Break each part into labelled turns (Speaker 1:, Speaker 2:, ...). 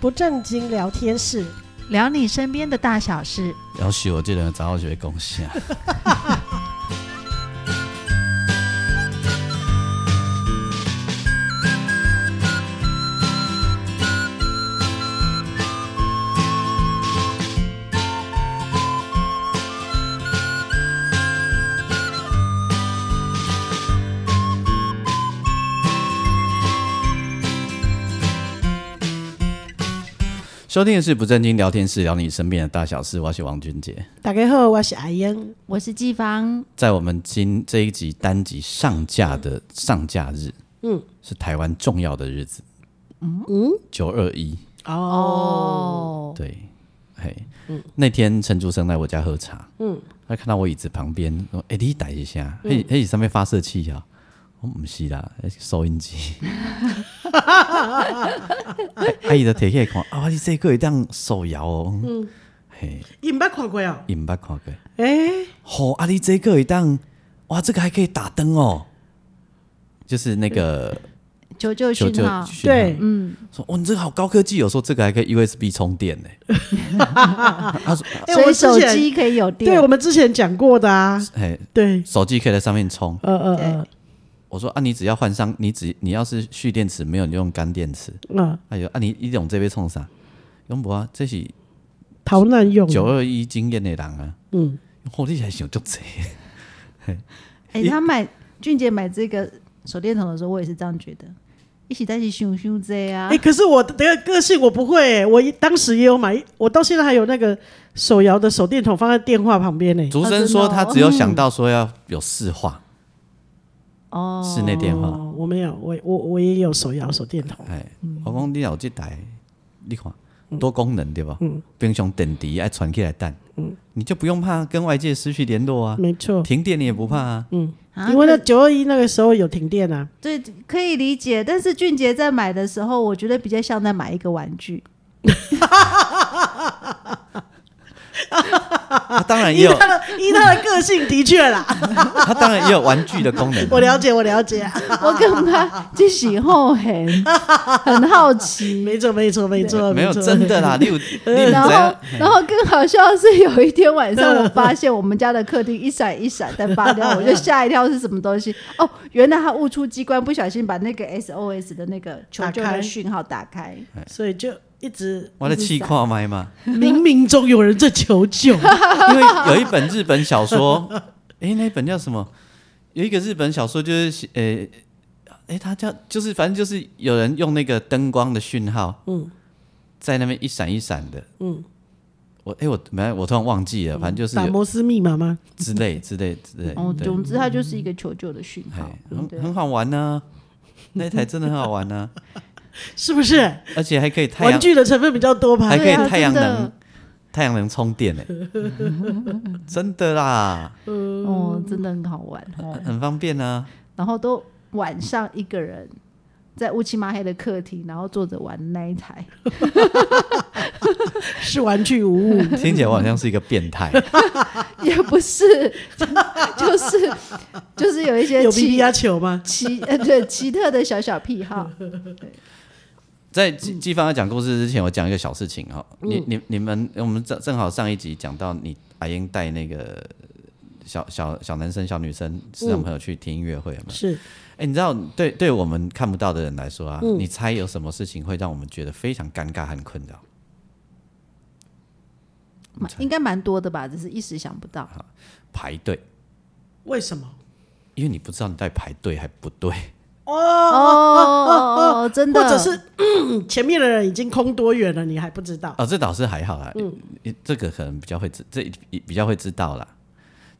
Speaker 1: 不正经聊天室，
Speaker 2: 聊你身边的大小事。
Speaker 3: 要许我这人早就会贡献。收听的是不正经聊天室，聊你身边的大小事。我是王俊杰，
Speaker 1: 大家好，我是阿英。
Speaker 2: 我是季芳，
Speaker 3: 在我们今这一集单集上架的上架日，嗯，是台湾重要的日子，嗯，九二一，
Speaker 2: 哦，
Speaker 3: 对，嘿，那天陈竹生来我家喝茶，嗯，他看到我椅子旁边说：“哎、你逮一下，嘿、嘿，上面发射器啊。”我不是啦，那是收音机。 阿姨的摕起来看，啊，你这个会当手摇哦。嗯，嘿，
Speaker 1: 你捌看过哦？
Speaker 3: 伊毋捌看过。
Speaker 1: 哎，
Speaker 3: 吼、啊，你这个会当，哇，这个还可以打灯哦。就是那个
Speaker 2: 求救
Speaker 3: 求
Speaker 2: 讯
Speaker 3: 救
Speaker 2: 号，
Speaker 3: 讯号
Speaker 1: 对，嗯，
Speaker 3: 说哦，你这个好高科技哦，说这个还可以 USB 充电呢。他说，
Speaker 1: 哎，我
Speaker 2: 所以
Speaker 1: 们之
Speaker 2: 手
Speaker 1: 前
Speaker 2: 机可以有
Speaker 1: 对
Speaker 2: 电
Speaker 1: 我。们之前讲过的啊，
Speaker 3: 哎，
Speaker 1: 对，
Speaker 3: 手机可以在上面充。
Speaker 1: 呃呃呃，
Speaker 3: 我说啊，你只要换上，你只你要是蓄电池没有，你就用干电池。
Speaker 1: 嗯，
Speaker 3: 哎呦，啊你你用这边冲啥？用不啊？这是
Speaker 1: 逃难用，
Speaker 3: 九二一经验的人啊。嗯，我、哦、你还想足济？
Speaker 2: 哎，他买俊杰买这个手电筒的时候，我也是这样觉得，一起在一起熊熊这啊
Speaker 1: 哎，，可是我的个性我不会欸，我一当时也有买，我到现在还有那个手摇的手电筒放在电话旁边呢。
Speaker 3: 竹生说哎他哦只有想到说要有市话，哦，室内电话。
Speaker 1: 哦，我没有，我我我也有手摇手电筒，
Speaker 3: 哎，我讲你有这台，你看多功能对吧？冰箱电池爱传起来蛋，你就不用怕跟外界失去联络啊，
Speaker 1: 没错，
Speaker 3: 停电你也不怕啊。
Speaker 2: 啊
Speaker 1: 因为那九二一那个时候有停电啊，
Speaker 2: 对，可以理解。但是俊杰在买的时候，我觉得比较像在买一个玩 具。
Speaker 3: 它啊当然也
Speaker 1: 依
Speaker 3: 有，
Speaker 1: 他的依他的个性的确啦，
Speaker 3: 它当然也有玩具的功能啊。
Speaker 1: 我了解我了解啊，
Speaker 2: 我跟他就喜后很很好奇，
Speaker 1: 没错没错没错，
Speaker 3: 没有
Speaker 1: 错
Speaker 3: 真的啦，例如 例如怎
Speaker 2: 然后
Speaker 3: 样？，
Speaker 2: 然后更好笑的是，有一天晚上，我发现我们家的客厅一闪一闪在发 亮，我就吓一跳是什么东西。哦，原来他误触机关，不小心把那个 SOS 的那个求救
Speaker 1: 打
Speaker 2: 的
Speaker 1: 开
Speaker 2: 讯号打开。
Speaker 3: 哎
Speaker 1: 所以就一直
Speaker 3: 我的气矿麦嘛，
Speaker 1: 冥冥中有人在求救，
Speaker 3: 因为有一本日本小说，诶，那本叫什么？有一个日本小说就是写，诶、诶，它叫就是反正就是有人用那个灯光的讯号，嗯，在那边一闪一闪的，嗯，我诶，我没有我突然忘记了，反正 就是
Speaker 1: 打
Speaker 3: 有
Speaker 1: 摩斯密码吗？
Speaker 3: 之类之类之类，
Speaker 2: 哦，
Speaker 3: 哎对，
Speaker 2: 总之它就是一个求救的讯号
Speaker 3: 哎。很
Speaker 2: 对
Speaker 3: 很好玩呢、那台真的很好玩呢、
Speaker 1: 是不是？
Speaker 3: 而且还可以太
Speaker 1: 玩
Speaker 3: 阳哎
Speaker 1: 具的成分比较多吧
Speaker 3: 还？可以
Speaker 2: 对啊
Speaker 3: 太阳
Speaker 2: 真
Speaker 3: 能、
Speaker 2: 的
Speaker 3: 太阳能充电呢、真的啦，
Speaker 2: 哦，真的很好玩哦。
Speaker 3: 很方便啊。
Speaker 2: 然后都晚上一个人在乌漆麻黑的客厅，然后坐着玩那一台。
Speaker 1: 是玩具无 误。
Speaker 3: 听起来我好像是一个变态，
Speaker 2: 也不是， 就是就是有一 些
Speaker 1: 有 B
Speaker 2: 奇
Speaker 1: B 压球吗？
Speaker 2: 奇呃对奇特的小小癖 好，
Speaker 1: 嗯
Speaker 3: 在季季芳要讲故事之前，我讲一个小事情哈、你你你们，我们正正好上一集讲到你阿英带那个小小小男生、小女生视障朋友去听音乐会嘛？
Speaker 1: 是
Speaker 3: 哎、你知道对对我们看不到的人来说啊，你猜有什么事情会让我们觉得非常尴尬和困扰？
Speaker 2: 蛮应该蛮多的吧，只是一时想不到。
Speaker 3: 排队，
Speaker 1: 为什么？
Speaker 3: 因为你不知道你在排队还不对。
Speaker 2: 哦哦哦，真的，
Speaker 1: 或者是、 嗯、前面的人已经空多远了，你还不知道？
Speaker 3: 哦，这倒是还好啦，嗯，这个可能比较会知，这比较会知道啦。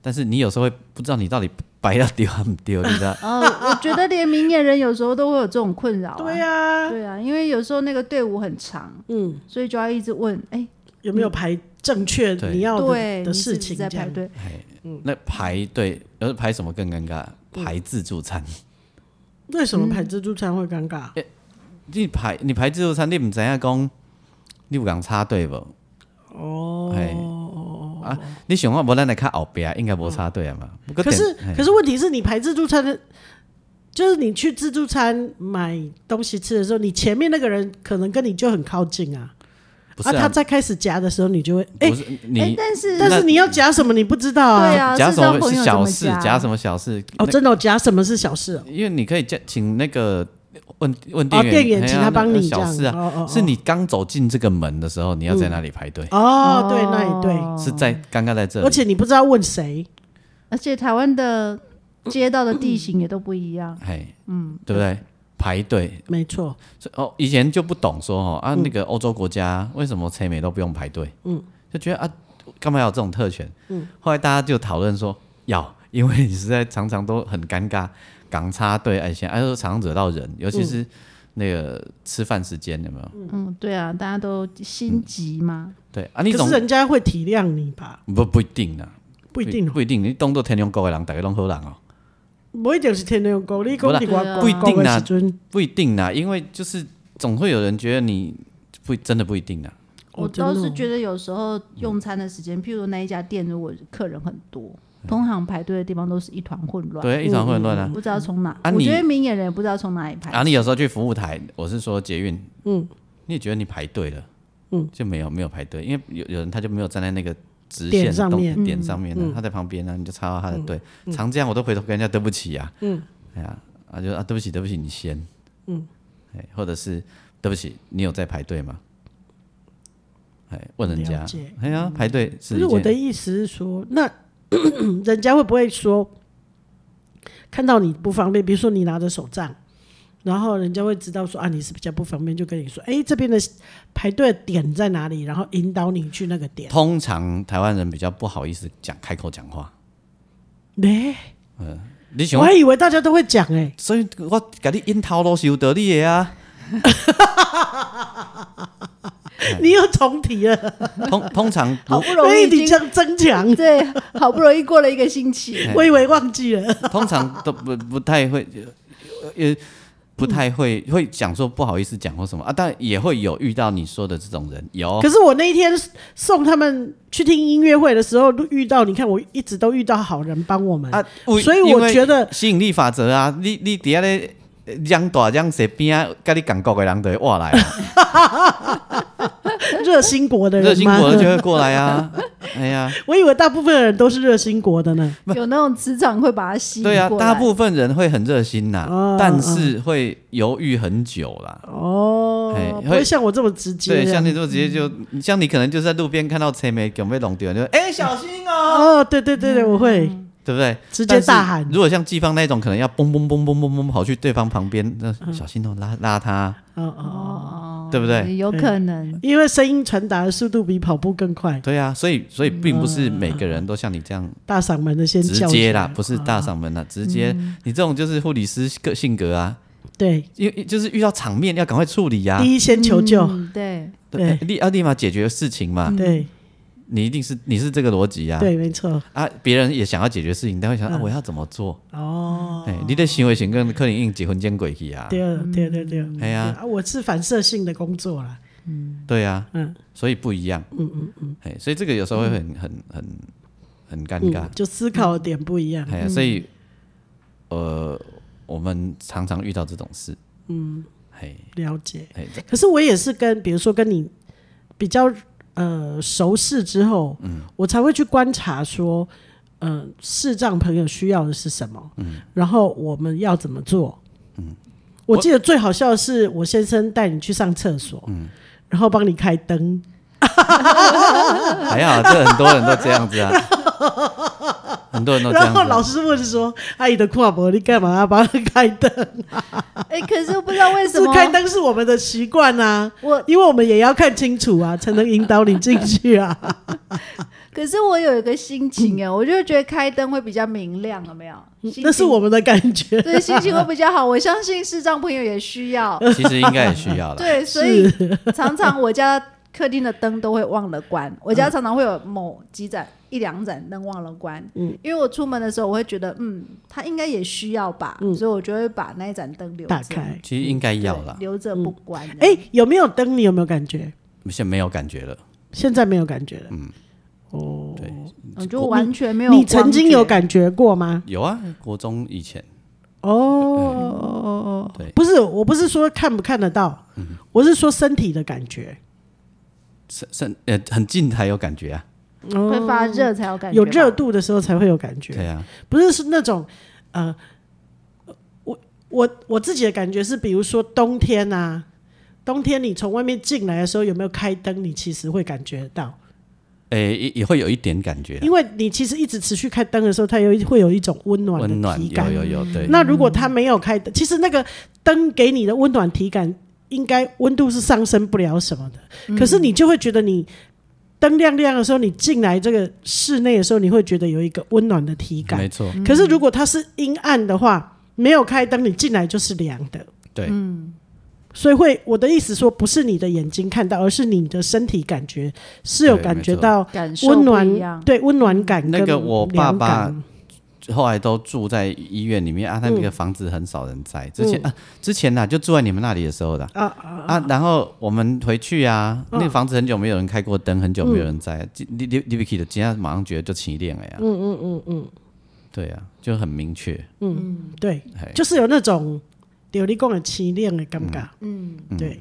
Speaker 3: 但是你有时候会不知道你到底 白要丢还不丢，你知道？
Speaker 2: 哦，我觉得连明眼人有时候都会有这种困扰、啊。
Speaker 1: 对呀、
Speaker 2: 对啊，因为有时候那个队伍很长，
Speaker 1: 嗯，
Speaker 2: 所以就要一直问，哎，
Speaker 1: 有没有排正确
Speaker 3: 对
Speaker 1: 你要
Speaker 2: 对，
Speaker 1: 哦的
Speaker 2: 你
Speaker 1: 的
Speaker 2: 是
Speaker 1: 事
Speaker 2: 不是
Speaker 1: 情？
Speaker 2: 在
Speaker 1: 这
Speaker 2: 排
Speaker 1: 样
Speaker 2: 队？
Speaker 3: 哎，那排队，呃，排什么更尴尬？排自助餐，
Speaker 1: 为什么排自助餐会尴尬？
Speaker 3: 嗯你排你排自助餐，你唔知影讲，你有人插队不？
Speaker 1: 哦
Speaker 3: 哎啊，你想看无咱来看后边，应该无插队啊嘛。不过
Speaker 1: 可是
Speaker 3: 点哎
Speaker 1: 可是问题是你排自助餐的就是你去自助餐买东西吃的时候，你前面那个人可能跟你就很靠近啊，
Speaker 3: 不是
Speaker 1: 他在开始夹的时候，你就会哎、
Speaker 3: 不是
Speaker 2: 哎、
Speaker 3: 你
Speaker 2: 但是
Speaker 1: 但是你要夹什么你不知道啊，
Speaker 2: 对啊，
Speaker 3: 夹
Speaker 2: 是
Speaker 3: 什
Speaker 2: 交
Speaker 3: 么
Speaker 2: 朋友
Speaker 3: 是
Speaker 2: 怎
Speaker 3: 小
Speaker 2: 么
Speaker 3: 事，夹什么小事，
Speaker 1: 哦，真的、哦、夹什么是小事哦，
Speaker 3: 因为你可以叫请那个问问
Speaker 1: 哦，
Speaker 3: 店员，
Speaker 1: 店员
Speaker 3: 哎呀
Speaker 1: 请他帮
Speaker 3: 那
Speaker 1: 你这
Speaker 3: 小
Speaker 1: 样，
Speaker 3: 事啊，
Speaker 1: 哦哦哦
Speaker 3: 是你刚走进这个门的时候，你要在那里排队，
Speaker 1: 哦，对，那也对，
Speaker 3: 是在刚刚在这里，
Speaker 1: 而且你不知道问谁，
Speaker 2: 而且台湾的街道的地
Speaker 1: 嗯
Speaker 2: 形也都不一样。
Speaker 3: 哎，嗯，对不对？排队
Speaker 1: 没错，
Speaker 3: 所以哦，以前就不懂说哦
Speaker 1: 嗯
Speaker 3: 啊，那个欧洲国家为什么采美都不用排队？嗯，就觉得啊，干嘛要有这种特权？嗯，后来大家就讨论说要， 因为你实在常常都很尴尬，港插队哎，现哎都常常惹到人，尤
Speaker 1: 嗯
Speaker 3: 其是那个吃饭时间有没有？
Speaker 2: 嗯，对啊，大家都心急嘛。
Speaker 3: 对啊，你
Speaker 1: 可
Speaker 3: 总
Speaker 1: 是人家会体谅你吧？
Speaker 3: 不不一定啊，
Speaker 1: 不一定哦，
Speaker 3: 不一定，你当做天龙国的人，大家拢好人哦，
Speaker 1: 不一定是天天用狗，你
Speaker 3: 不啦
Speaker 1: 讲你外
Speaker 2: 不一
Speaker 1: 国
Speaker 3: 定
Speaker 1: 的
Speaker 3: 啊
Speaker 1: 时阵，
Speaker 3: 不一定啦，因为就是总会有人觉得你不真的不一定啦。
Speaker 2: 我
Speaker 1: 真的
Speaker 2: 倒
Speaker 1: 哦嗯
Speaker 2: 是觉得有时候用餐的时间，譬如那一家店如果客人很多，通常排队的地方都是一团混乱，
Speaker 3: 对，一团混乱啊。
Speaker 2: 不知道从哪。我
Speaker 3: 啊你
Speaker 2: 觉得明眼人也不知道从哪里排。
Speaker 3: 啊，你有时候去服务台，我是说捷运，嗯，你也觉得你排队了，嗯，就没有没有排队，因为有有人他就没有站在那个直线
Speaker 1: 点上
Speaker 3: 动
Speaker 1: 面嗯
Speaker 3: 点上面呢、啊他在旁边呢、你就插到他的队，常这样我都回头跟人家对不起啊，嗯，哎呀，啊就啊对不起对不起你先，嗯，哎，或者是对不起你有在排队吗？哎，问人家
Speaker 1: 了解，
Speaker 3: 哎呀排队是
Speaker 1: 不是
Speaker 3: 一
Speaker 1: 我的
Speaker 3: 件，
Speaker 1: 意思是说，那 人家会不会说看到你不方便？比如说你拿着手杖，然后人家会知道说啊你是比较不方便，就跟你说，哎、这边的排队的点在哪里，然后引导你去那个点。
Speaker 3: 通常台湾人比较不好意思讲开口讲话，
Speaker 1: 没、
Speaker 3: 你想
Speaker 1: 我还以为大家都会讲哎、欸
Speaker 3: 所以我甲你樱桃都是有道理的啊。
Speaker 1: 你又重提了，
Speaker 3: 通通常
Speaker 2: 好
Speaker 3: 哎不，
Speaker 2: 不容
Speaker 1: 所
Speaker 2: 易
Speaker 1: 以
Speaker 2: 已
Speaker 1: 你
Speaker 2: 经
Speaker 1: 这样增强，
Speaker 2: 对，好不容易过了一个 星期，
Speaker 3: 哎
Speaker 1: 我以为忘记了。
Speaker 3: 通常都不不太会，呃也不太会会讲说不好意思讲或什么啊，但也会有遇到你说的这种人，有
Speaker 1: 可是我那一天送他们去听音乐会的时候，都遇到你看，我一直都遇到好人帮我们，
Speaker 3: 啊，为
Speaker 1: 所以
Speaker 3: 因
Speaker 1: 我
Speaker 3: 为
Speaker 1: 觉得
Speaker 3: 吸引力法则啊，你你底下咧。嚷大嚷谁边啊，跟你讲国的人就会哇来 啊，
Speaker 1: 热心国的人
Speaker 3: 热心
Speaker 1: 吗
Speaker 3: 国就会过来啊， 哎呀，
Speaker 1: 我以为大部分人都是热心国的呢。
Speaker 2: 有那种磁场会把它吸引
Speaker 3: 对啊，
Speaker 2: 过
Speaker 3: 大
Speaker 2: 来。
Speaker 3: 部分人会很热心呐
Speaker 1: 哦，
Speaker 3: 但是会犹豫很久啦。
Speaker 1: 哦
Speaker 3: 哎，
Speaker 1: 不会像我这么直接
Speaker 3: 对，
Speaker 1: 这样。嗯
Speaker 3: 像你这么直接就，像你可能就是在路边看到车没准备弄丢，你就哎小心哦，
Speaker 1: 哦，对对对对，我会
Speaker 3: 对不对？
Speaker 1: 直接大喊
Speaker 3: 但是如果像季芳那种，可能要嘣嘣嘣嘣嘣嘣跑去对方旁边，那
Speaker 1: 嗯
Speaker 3: 小心哦，拉拉他，
Speaker 1: 哦哦，
Speaker 2: 哦
Speaker 3: 对不对？
Speaker 2: 有可能。嗯
Speaker 1: 因为声音传达的速度比跑步更快，
Speaker 3: 对啊，所以所以并不是每个人都像你这样
Speaker 1: 大嗓门的先
Speaker 3: 直
Speaker 1: 嗯叫嗯
Speaker 3: 接啦
Speaker 1: 起，来
Speaker 3: 不是大嗓门啦，直接你这种就是护理师个性格啊，
Speaker 1: 对，
Speaker 3: 因为就是遇到场面要赶快处理呀，
Speaker 1: 第一先求救，
Speaker 2: 嗯对，
Speaker 1: 对
Speaker 3: 立要立马解决事情嘛，
Speaker 1: 对
Speaker 3: 你一定是你是这个逻辑呀，
Speaker 1: 对，没错。
Speaker 3: 啊，别人也想要解决事情，但会想啊我要怎么做？
Speaker 1: 哦，
Speaker 3: 哎，你的行为型跟柯林硬结婚间轨去啊，
Speaker 1: 对对对对，
Speaker 3: 哎
Speaker 1: 对
Speaker 3: 呀，
Speaker 1: 啊，我是反射性的工作啦。
Speaker 3: 对啊，
Speaker 1: 嗯
Speaker 3: 所以不一样，嗯嗯嗯，哎，所以这个有时候会很很很很尴尬
Speaker 1: 嗯，，就思考的点不一样。
Speaker 3: 哎呀，所以呃，我们常常遇到这种事， 嗯，
Speaker 1: 了解
Speaker 3: 哎。
Speaker 1: 可是我也是跟，比如说跟你比较呃熟识之后，
Speaker 3: 嗯
Speaker 1: 我才会去观察说，呃，视障朋友需要的是什么，
Speaker 3: 嗯
Speaker 1: 然后我们要怎么做。我记得最好笑的是，我先生带你去上厕所，
Speaker 3: 嗯
Speaker 1: 然后帮你开灯，
Speaker 3: 嘿，还好，啊这很多人都这样 子啊，很多人哦都这
Speaker 1: 然
Speaker 3: 样
Speaker 1: 后老
Speaker 3: 子啊
Speaker 1: 师问说：“阿姨的跨博，你干嘛要帮他开 灯？
Speaker 2: 哎，可是不知道为什
Speaker 1: 是
Speaker 2: 么
Speaker 1: 开灯是我们的习惯啊，
Speaker 2: 我，
Speaker 1: 因为我们也要看清楚啊，才能引导你进去 啊。”
Speaker 2: 可是我有一个心情哎，我就觉得开灯会比较明亮，有没有？
Speaker 1: 嗯
Speaker 2: 心
Speaker 1: 那是
Speaker 2: 情
Speaker 1: 我们的感 觉。
Speaker 2: 对心情会比较好。我相信视障朋友也需要，
Speaker 3: 啊， 其实应该也需 要了，
Speaker 2: 对，所以常常我家客厅的灯都会忘了 关，嗯我家常常会有某几盏、一两盏灯忘了关，
Speaker 1: 嗯
Speaker 2: 因为我出门的时候我会觉得，嗯，它应该也需要吧，所以我就会把那一盏灯留着
Speaker 1: 打嗯开
Speaker 3: 其实应该
Speaker 2: 对
Speaker 3: 要了，
Speaker 2: 留着不关。啊
Speaker 1: 哎、有没有灯？你有没有感觉？
Speaker 3: 现在没有感觉了，
Speaker 1: 现在没有感觉哦了。
Speaker 3: 对，
Speaker 2: 我就完全没有。
Speaker 1: 你曾经有？感觉过吗？
Speaker 3: 有啊，国中以前
Speaker 1: 哦，
Speaker 3: 对，
Speaker 1: 不是，我不是说看不看得到，
Speaker 3: 嗯
Speaker 1: 我是说身体的感觉，
Speaker 3: 身身呃很近才有感觉啊，
Speaker 2: 会发热嗯才有感觉，
Speaker 1: 哦有热，度的时候才会有感觉，
Speaker 3: 对啊，
Speaker 1: 不是是那种呃，我我我自己的感觉是，比如说冬天啊，冬天你从外面进来的时候有没有开灯，你其实会感觉到，
Speaker 3: 诶、也也会有一点感觉啊，
Speaker 1: 因为你其实一直持续开灯的时候，它有一会有一种温暖
Speaker 3: 温
Speaker 1: 的
Speaker 3: 暖
Speaker 1: 体
Speaker 3: 有
Speaker 1: 感。
Speaker 3: 有有，对，
Speaker 1: 那如果它没有开灯，其实那个灯给你的温暖体感，应该温度是上升不了什么的。
Speaker 3: 嗯
Speaker 1: 可是你就会觉得你灯亮亮的时候，你进来这个室内的时候，你会觉得有一个温暖的体感
Speaker 3: 没。错，
Speaker 2: 嗯
Speaker 1: 可是如果它是阴暗的话，没有开灯，你进来就是凉的。
Speaker 3: 对，
Speaker 1: 所以会，我的意思说，不是你的眼睛看到，而是你的身体感觉是有
Speaker 3: 对
Speaker 1: 感
Speaker 3: 没
Speaker 1: 觉
Speaker 3: 错
Speaker 1: 到
Speaker 2: 感受
Speaker 1: 温
Speaker 2: 不一
Speaker 1: 暖，
Speaker 2: 样。
Speaker 1: 对温暖感跟
Speaker 3: 那
Speaker 1: 凉感。
Speaker 3: 个我爸爸后来都住在医院里面啊，他那个房子很少人在。之前、啊，之前呐、就住在你们那里的时候的啊啊，然后我们回去啊，那个房子很久没有人开过灯，很久没有人在。你你你 Vicky 的今天马上觉得就起恋了呀。嗯嗯嗯嗯嗯，对啊，就很明确。
Speaker 1: 对，
Speaker 3: 嘿
Speaker 1: 就是有那种流利共的凄恋的尴尬，
Speaker 2: 嗯，
Speaker 1: 对，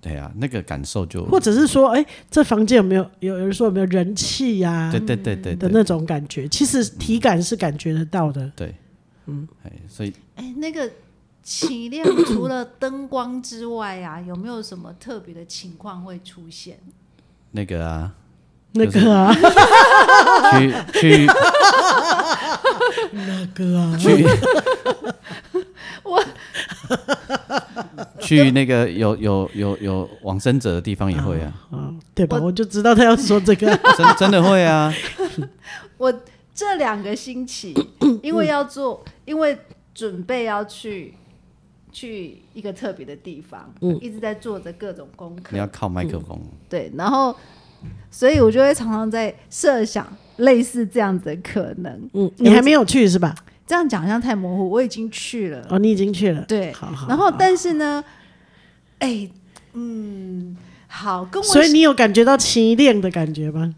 Speaker 3: 对啊，那个感受就
Speaker 1: 或者是说，哎、这房间有没有有有人说有没有人气呀、
Speaker 3: 对对对对
Speaker 1: 的
Speaker 3: 对
Speaker 1: 那种感觉，其实体感是感觉得到的。
Speaker 3: 对，嗯，所以
Speaker 2: 哎，那个起亮除了灯光之外啊，有没有什么特别的情况会出现？
Speaker 3: 那个啊，
Speaker 1: 那个 啊，
Speaker 3: 去去
Speaker 1: 那个啊，
Speaker 3: 去，去那个有有有有往生者的地方也会啊，
Speaker 1: 啊，对吧？
Speaker 2: 我
Speaker 1: 我就知道他要说这 个，
Speaker 3: 真真的会啊，
Speaker 2: 我这两个 星期，因为要做，因为准备要去去一个特别的地方，
Speaker 1: 嗯
Speaker 2: 一直在做着各种功课
Speaker 3: 你，要靠麦克风，
Speaker 2: 对，然后所以我就会常常在设想类似这样子的可能。
Speaker 1: 嗯，你还没有去是吧？
Speaker 2: 这样讲好像太模糊，我已经去了，
Speaker 1: 哦，你已经去了，
Speaker 2: 对
Speaker 1: 好好。
Speaker 2: 然后但是呢，哎、嗯，好，跟我
Speaker 1: 所以你有感觉到凄恋的感觉吗？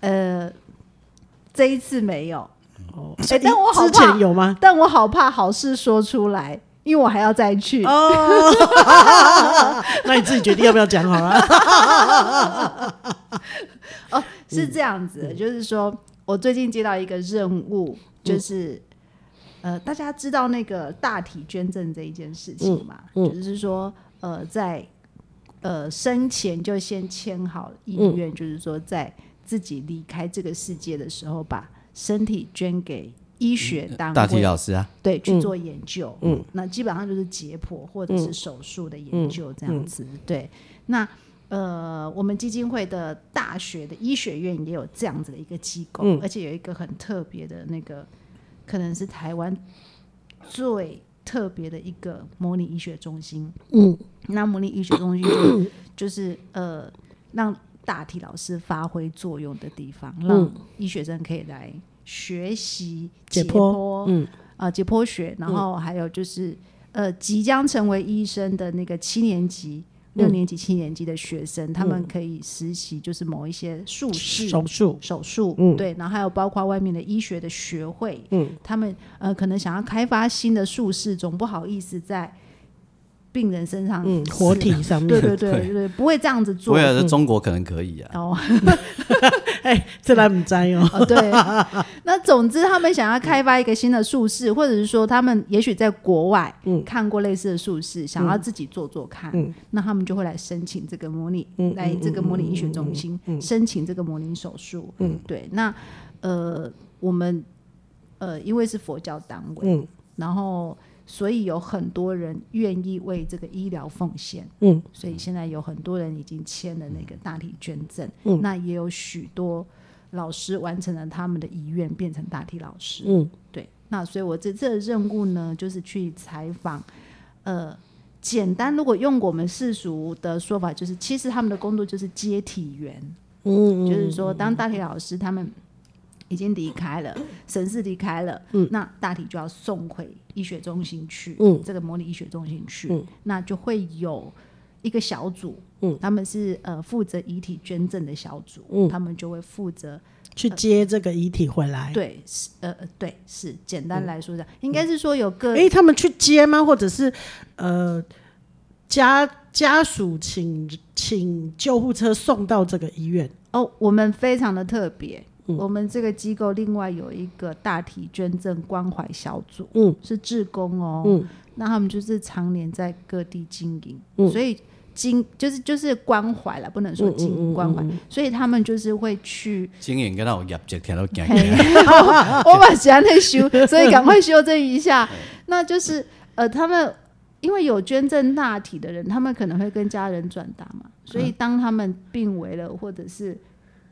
Speaker 2: 呃这一次没有，
Speaker 1: 哦，
Speaker 2: 哎但我好
Speaker 1: 之
Speaker 2: 怕
Speaker 1: 前有吗？
Speaker 2: 但我好怕好事说出来，因为我还要再去。
Speaker 1: 那你自己决定要不要讲好了。
Speaker 2: 是这样子的，就是说我最近接到一个任务，就是、呃，大家知道那个大体捐赠这一件事情嘛，
Speaker 1: 嗯
Speaker 2: 就是说呃，在呃生前就先签好意愿，就是说在自己离开这个世界的时候，把身体捐给医学单
Speaker 3: 大体
Speaker 2: 位。
Speaker 3: 老师啊，
Speaker 2: 对，去做研究，嗯，那基本上就是解剖或者是手术的研究这样子，对。那呃，我们基金会的大学的医学院也有这样子的一个机构，
Speaker 1: 嗯
Speaker 2: 而且有一个很特别的那个，可能是台湾最特别的一个模拟医学中心，
Speaker 1: 嗯，
Speaker 2: 那模拟医学中 心就就是呃，让大体老师发挥作用的地方，
Speaker 1: 嗯
Speaker 2: 让医学生可以来学习
Speaker 1: 解
Speaker 2: 剖，
Speaker 1: 剖嗯
Speaker 2: 啊、解剖学，然后还有就是、呃，即将成为医生的那个七年级。
Speaker 1: 嗯
Speaker 2: 六年级、七年级的学生，他们可以实习，就是某一些术式、
Speaker 1: 手嗯术，
Speaker 2: 手术，对，然后还有包括外面的医学的学会，
Speaker 1: 嗯
Speaker 2: 他们呃可能想要开发新的术式，总不好意思在病人身上
Speaker 1: 嗯，
Speaker 2: 试
Speaker 1: 活，体上面
Speaker 2: 对，对对对对，不会这样子做
Speaker 3: 我。
Speaker 1: 啊
Speaker 3: 也是啊中国可能可以啊，
Speaker 2: 哦，
Speaker 1: 哎，这咱不知道哦。
Speaker 2: 哦对， 那总之他们想要开发一个新的术式，或者是说他们也许在国外
Speaker 1: 嗯
Speaker 2: 看过类似的术式，想要自己做做看，那他们就会来申请这个模拟，
Speaker 1: 嗯
Speaker 2: 来这个模拟医学中心、申请这个模拟手术。
Speaker 1: 嗯
Speaker 2: 对，那呃，我们呃，因为是佛教单位，
Speaker 1: 嗯
Speaker 2: 然后所以有很多人愿意为这个医疗奉献，
Speaker 1: 嗯，
Speaker 2: 所以现在有很多人已经签了那个大体捐赠，
Speaker 1: 嗯
Speaker 2: 那也有许多老师完成了他们的遗愿，变成大体老师，
Speaker 1: 嗯
Speaker 2: 对，那所以我这次的任务呢，就是去采访，呃，简单如果用我们世俗的说法，就是其实他们的工作就是接体员，
Speaker 1: 嗯，
Speaker 2: 就是说当大体老师他们已经离开了，
Speaker 1: 嗯
Speaker 2: 神师离开了，那大体就要送回医学中心去，
Speaker 1: 嗯
Speaker 2: 这个模拟医学中心去，
Speaker 1: 嗯
Speaker 2: 那就会有一个小组，
Speaker 1: 嗯
Speaker 2: 他们是呃负责遗体捐赠的小组，他们就会负责
Speaker 1: 去接这个遗体回来。
Speaker 2: 对，是呃呃对，是简
Speaker 1: 嗯
Speaker 2: 单来说这样，应该是说有个
Speaker 1: 哎、他们去接吗？或者是呃家家属请请救护车送到这个医院？
Speaker 2: 哦，我们非常的特别，
Speaker 1: 嗯
Speaker 2: 我们这个机构另外有一个大体捐赠关怀小组，
Speaker 1: 嗯，
Speaker 2: 是志工哦，
Speaker 1: 嗯，
Speaker 2: 那他们就是常年在各地经营，
Speaker 1: 嗯
Speaker 2: 所以经就是就是关怀了，不能说经
Speaker 1: 嗯
Speaker 2: 营关怀，所以他们就是会去。
Speaker 3: 经营跟到业绩听到惊
Speaker 2: 嘿
Speaker 3: 惊。
Speaker 2: 我把喜欢在修，所以赶快修正一下。
Speaker 1: 哎
Speaker 2: 那就是呃，他们因为有捐赠大体的人，他们可能会跟家人转达嘛，所
Speaker 1: 嗯
Speaker 2: 以当他们病危了，或者是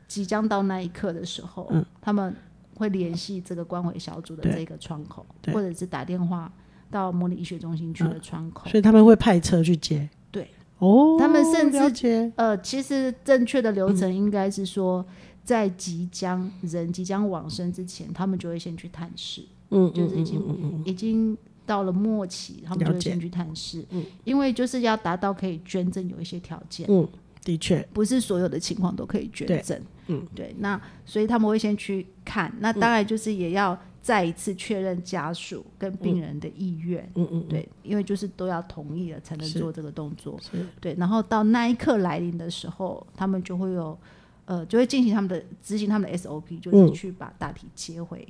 Speaker 2: 即将到那一刻的时候，他们会联系这个关怀小组的
Speaker 1: 嗯对
Speaker 2: 这个窗口，
Speaker 1: 对嗯
Speaker 2: 或者是打电话到模拟医学中心去的窗口。
Speaker 1: 所以他们会派车去接。
Speaker 2: 对，
Speaker 1: 哦，
Speaker 2: 他们甚至
Speaker 1: 了解
Speaker 2: 呃，其实正确的流
Speaker 1: 嗯
Speaker 2: 程应该是说，在即将人即将往生之前，他们就会先去探视，
Speaker 1: 嗯
Speaker 2: 就是已经、已经到了末期，他们就
Speaker 1: 了
Speaker 2: 会
Speaker 1: 解
Speaker 2: 先去探视，因为就是要达到可以捐赠有一些条件，
Speaker 1: 嗯，的确，
Speaker 2: 不是所有的情况都可以捐
Speaker 1: 对
Speaker 2: 赠，
Speaker 1: 嗯，
Speaker 2: 对，那所以他们会先去看，那当然就是也要再一次确认家属跟病人的意愿，
Speaker 1: 嗯嗯，
Speaker 2: 对，因为就是都要同意了才能
Speaker 1: 是
Speaker 2: 做这个动作
Speaker 1: 是，
Speaker 2: 对。然后到那一刻来临的时候，他们就会有呃，就会进行他们的执行他们的 SOP，就是
Speaker 1: 嗯
Speaker 2: 去把大体接回、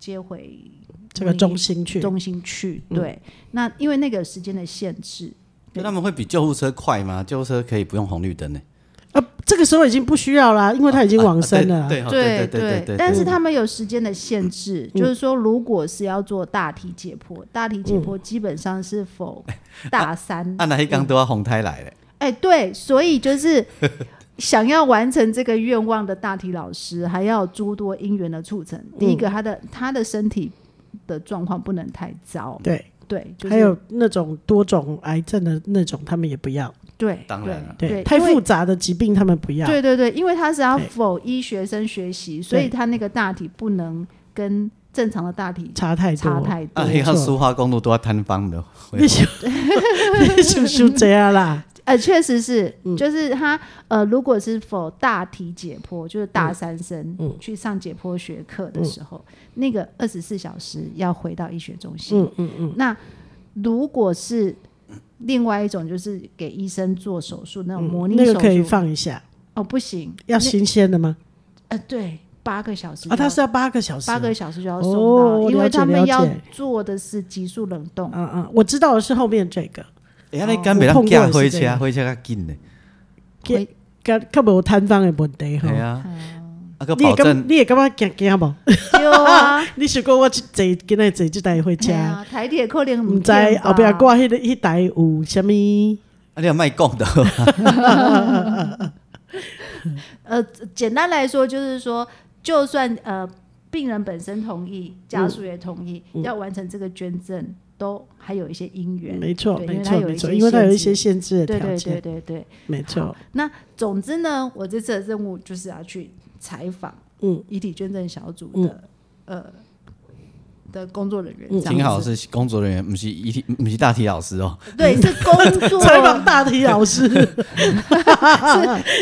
Speaker 2: 接回
Speaker 1: 这个中心去，
Speaker 2: 中心去。
Speaker 1: 嗯
Speaker 2: 对，那因为那个时间的限制，
Speaker 3: 那他们会比救护车快吗？救护车可以不用红绿灯呢，
Speaker 1: 呃，这个时候已经不需要啦，因为他已经往生了。
Speaker 3: 啊对哦对
Speaker 2: 对
Speaker 3: 对对对，
Speaker 2: 但是他们有时间的限制，
Speaker 1: 嗯
Speaker 2: 就是说，如果是要做大体解剖，大体解
Speaker 1: 嗯
Speaker 2: 剖基本上 是否
Speaker 1: 啊
Speaker 2: 大三。
Speaker 3: 按啊那一缸都要红胎来了，
Speaker 2: 哎、对，所以就是 想要完成这个愿望的大体老师，还要有诸多因缘的促成。
Speaker 1: 嗯
Speaker 2: 第一个，他的他的身体的状况不能太糟，
Speaker 1: 对
Speaker 2: 对，就是、
Speaker 1: 还有那种多种癌症的那种，他们也不要。
Speaker 2: 对，
Speaker 3: 当然了
Speaker 2: 对，对
Speaker 1: 太
Speaker 2: 因为
Speaker 1: 复杂的疾病他们不要。
Speaker 2: 对对对，因为他是要
Speaker 1: 对
Speaker 2: 否医学生学习，所以
Speaker 1: 对
Speaker 2: 他那个大体不能跟正常的大体
Speaker 1: 差太多。哎
Speaker 2: 差太多
Speaker 1: 嗯
Speaker 3: 啊，。那个苏花公路都要摊方的，
Speaker 1: 你想，你想修这样啦？
Speaker 2: 呃，确实是，
Speaker 1: 嗯
Speaker 2: 就是他呃，如果是否大体解剖，就是大三生、
Speaker 1: 嗯
Speaker 2: 去上解剖学课的时候，那个二十四小时要回到医学中心。
Speaker 1: 嗯嗯嗯，
Speaker 2: 那如果是另外一种，就是给医生做手术那种模拟
Speaker 1: 嗯那
Speaker 2: 手
Speaker 1: 个
Speaker 2: 术，
Speaker 1: 可以放一下，
Speaker 2: 哦，不行，
Speaker 1: 要
Speaker 2: 那
Speaker 1: 新鲜的吗？
Speaker 2: 呃，对，八个小时
Speaker 1: 啊，
Speaker 2: 就要
Speaker 1: 他是要八个小时。
Speaker 2: 八个小时就要送
Speaker 1: 哦
Speaker 2: 到，因
Speaker 1: 了
Speaker 2: 为
Speaker 1: 解
Speaker 2: 他们
Speaker 1: 了
Speaker 2: 要
Speaker 1: 解
Speaker 2: 做的是急速冷冻。
Speaker 1: 嗯嗯，我知道的是后面这个，
Speaker 3: 哎，那干别
Speaker 1: 哦我碰
Speaker 3: 让
Speaker 1: 过的是
Speaker 3: 驾回
Speaker 1: 这
Speaker 3: 车，
Speaker 1: 样
Speaker 3: 回车较紧呢，
Speaker 2: 回
Speaker 1: 跟根本有摊方的问题哈
Speaker 3: 对。啊，啊个
Speaker 1: 你也
Speaker 3: 保
Speaker 1: 感
Speaker 3: 证
Speaker 1: 你也感觉惊惊无？
Speaker 2: 对啊，
Speaker 1: 你想过我去坐今仔坐这台火车
Speaker 2: 嘿，啊台铁扣零
Speaker 1: 唔
Speaker 2: 五，
Speaker 1: 知后壁挂迄个迄台有啥物？
Speaker 3: 啊你要卖供的，
Speaker 2: 呃，简单来说就是说，就算呃病人本身同意，家属也同意，
Speaker 1: 嗯
Speaker 2: 要完成这个捐赠，都还有一些因缘。
Speaker 1: 没错，
Speaker 2: 对
Speaker 1: 没
Speaker 2: 因为它
Speaker 1: 错，
Speaker 2: 有
Speaker 1: 没
Speaker 2: 一
Speaker 1: 错，
Speaker 2: 些
Speaker 1: 因为它有一些
Speaker 2: 限制
Speaker 1: 限制的
Speaker 2: 对
Speaker 1: 条
Speaker 2: 对对
Speaker 1: 件，
Speaker 2: 对对。
Speaker 1: 没错
Speaker 2: 好。那总之呢，我这次的任务就是要去采访
Speaker 1: 嗯
Speaker 2: 遗体捐赠小组的、呃的工作人员，这样
Speaker 3: 嗯挺好，
Speaker 2: 子。
Speaker 3: 是工作人员，不是一体，不是大体老师哦，
Speaker 2: 对，是工作
Speaker 1: 采访大体老 师，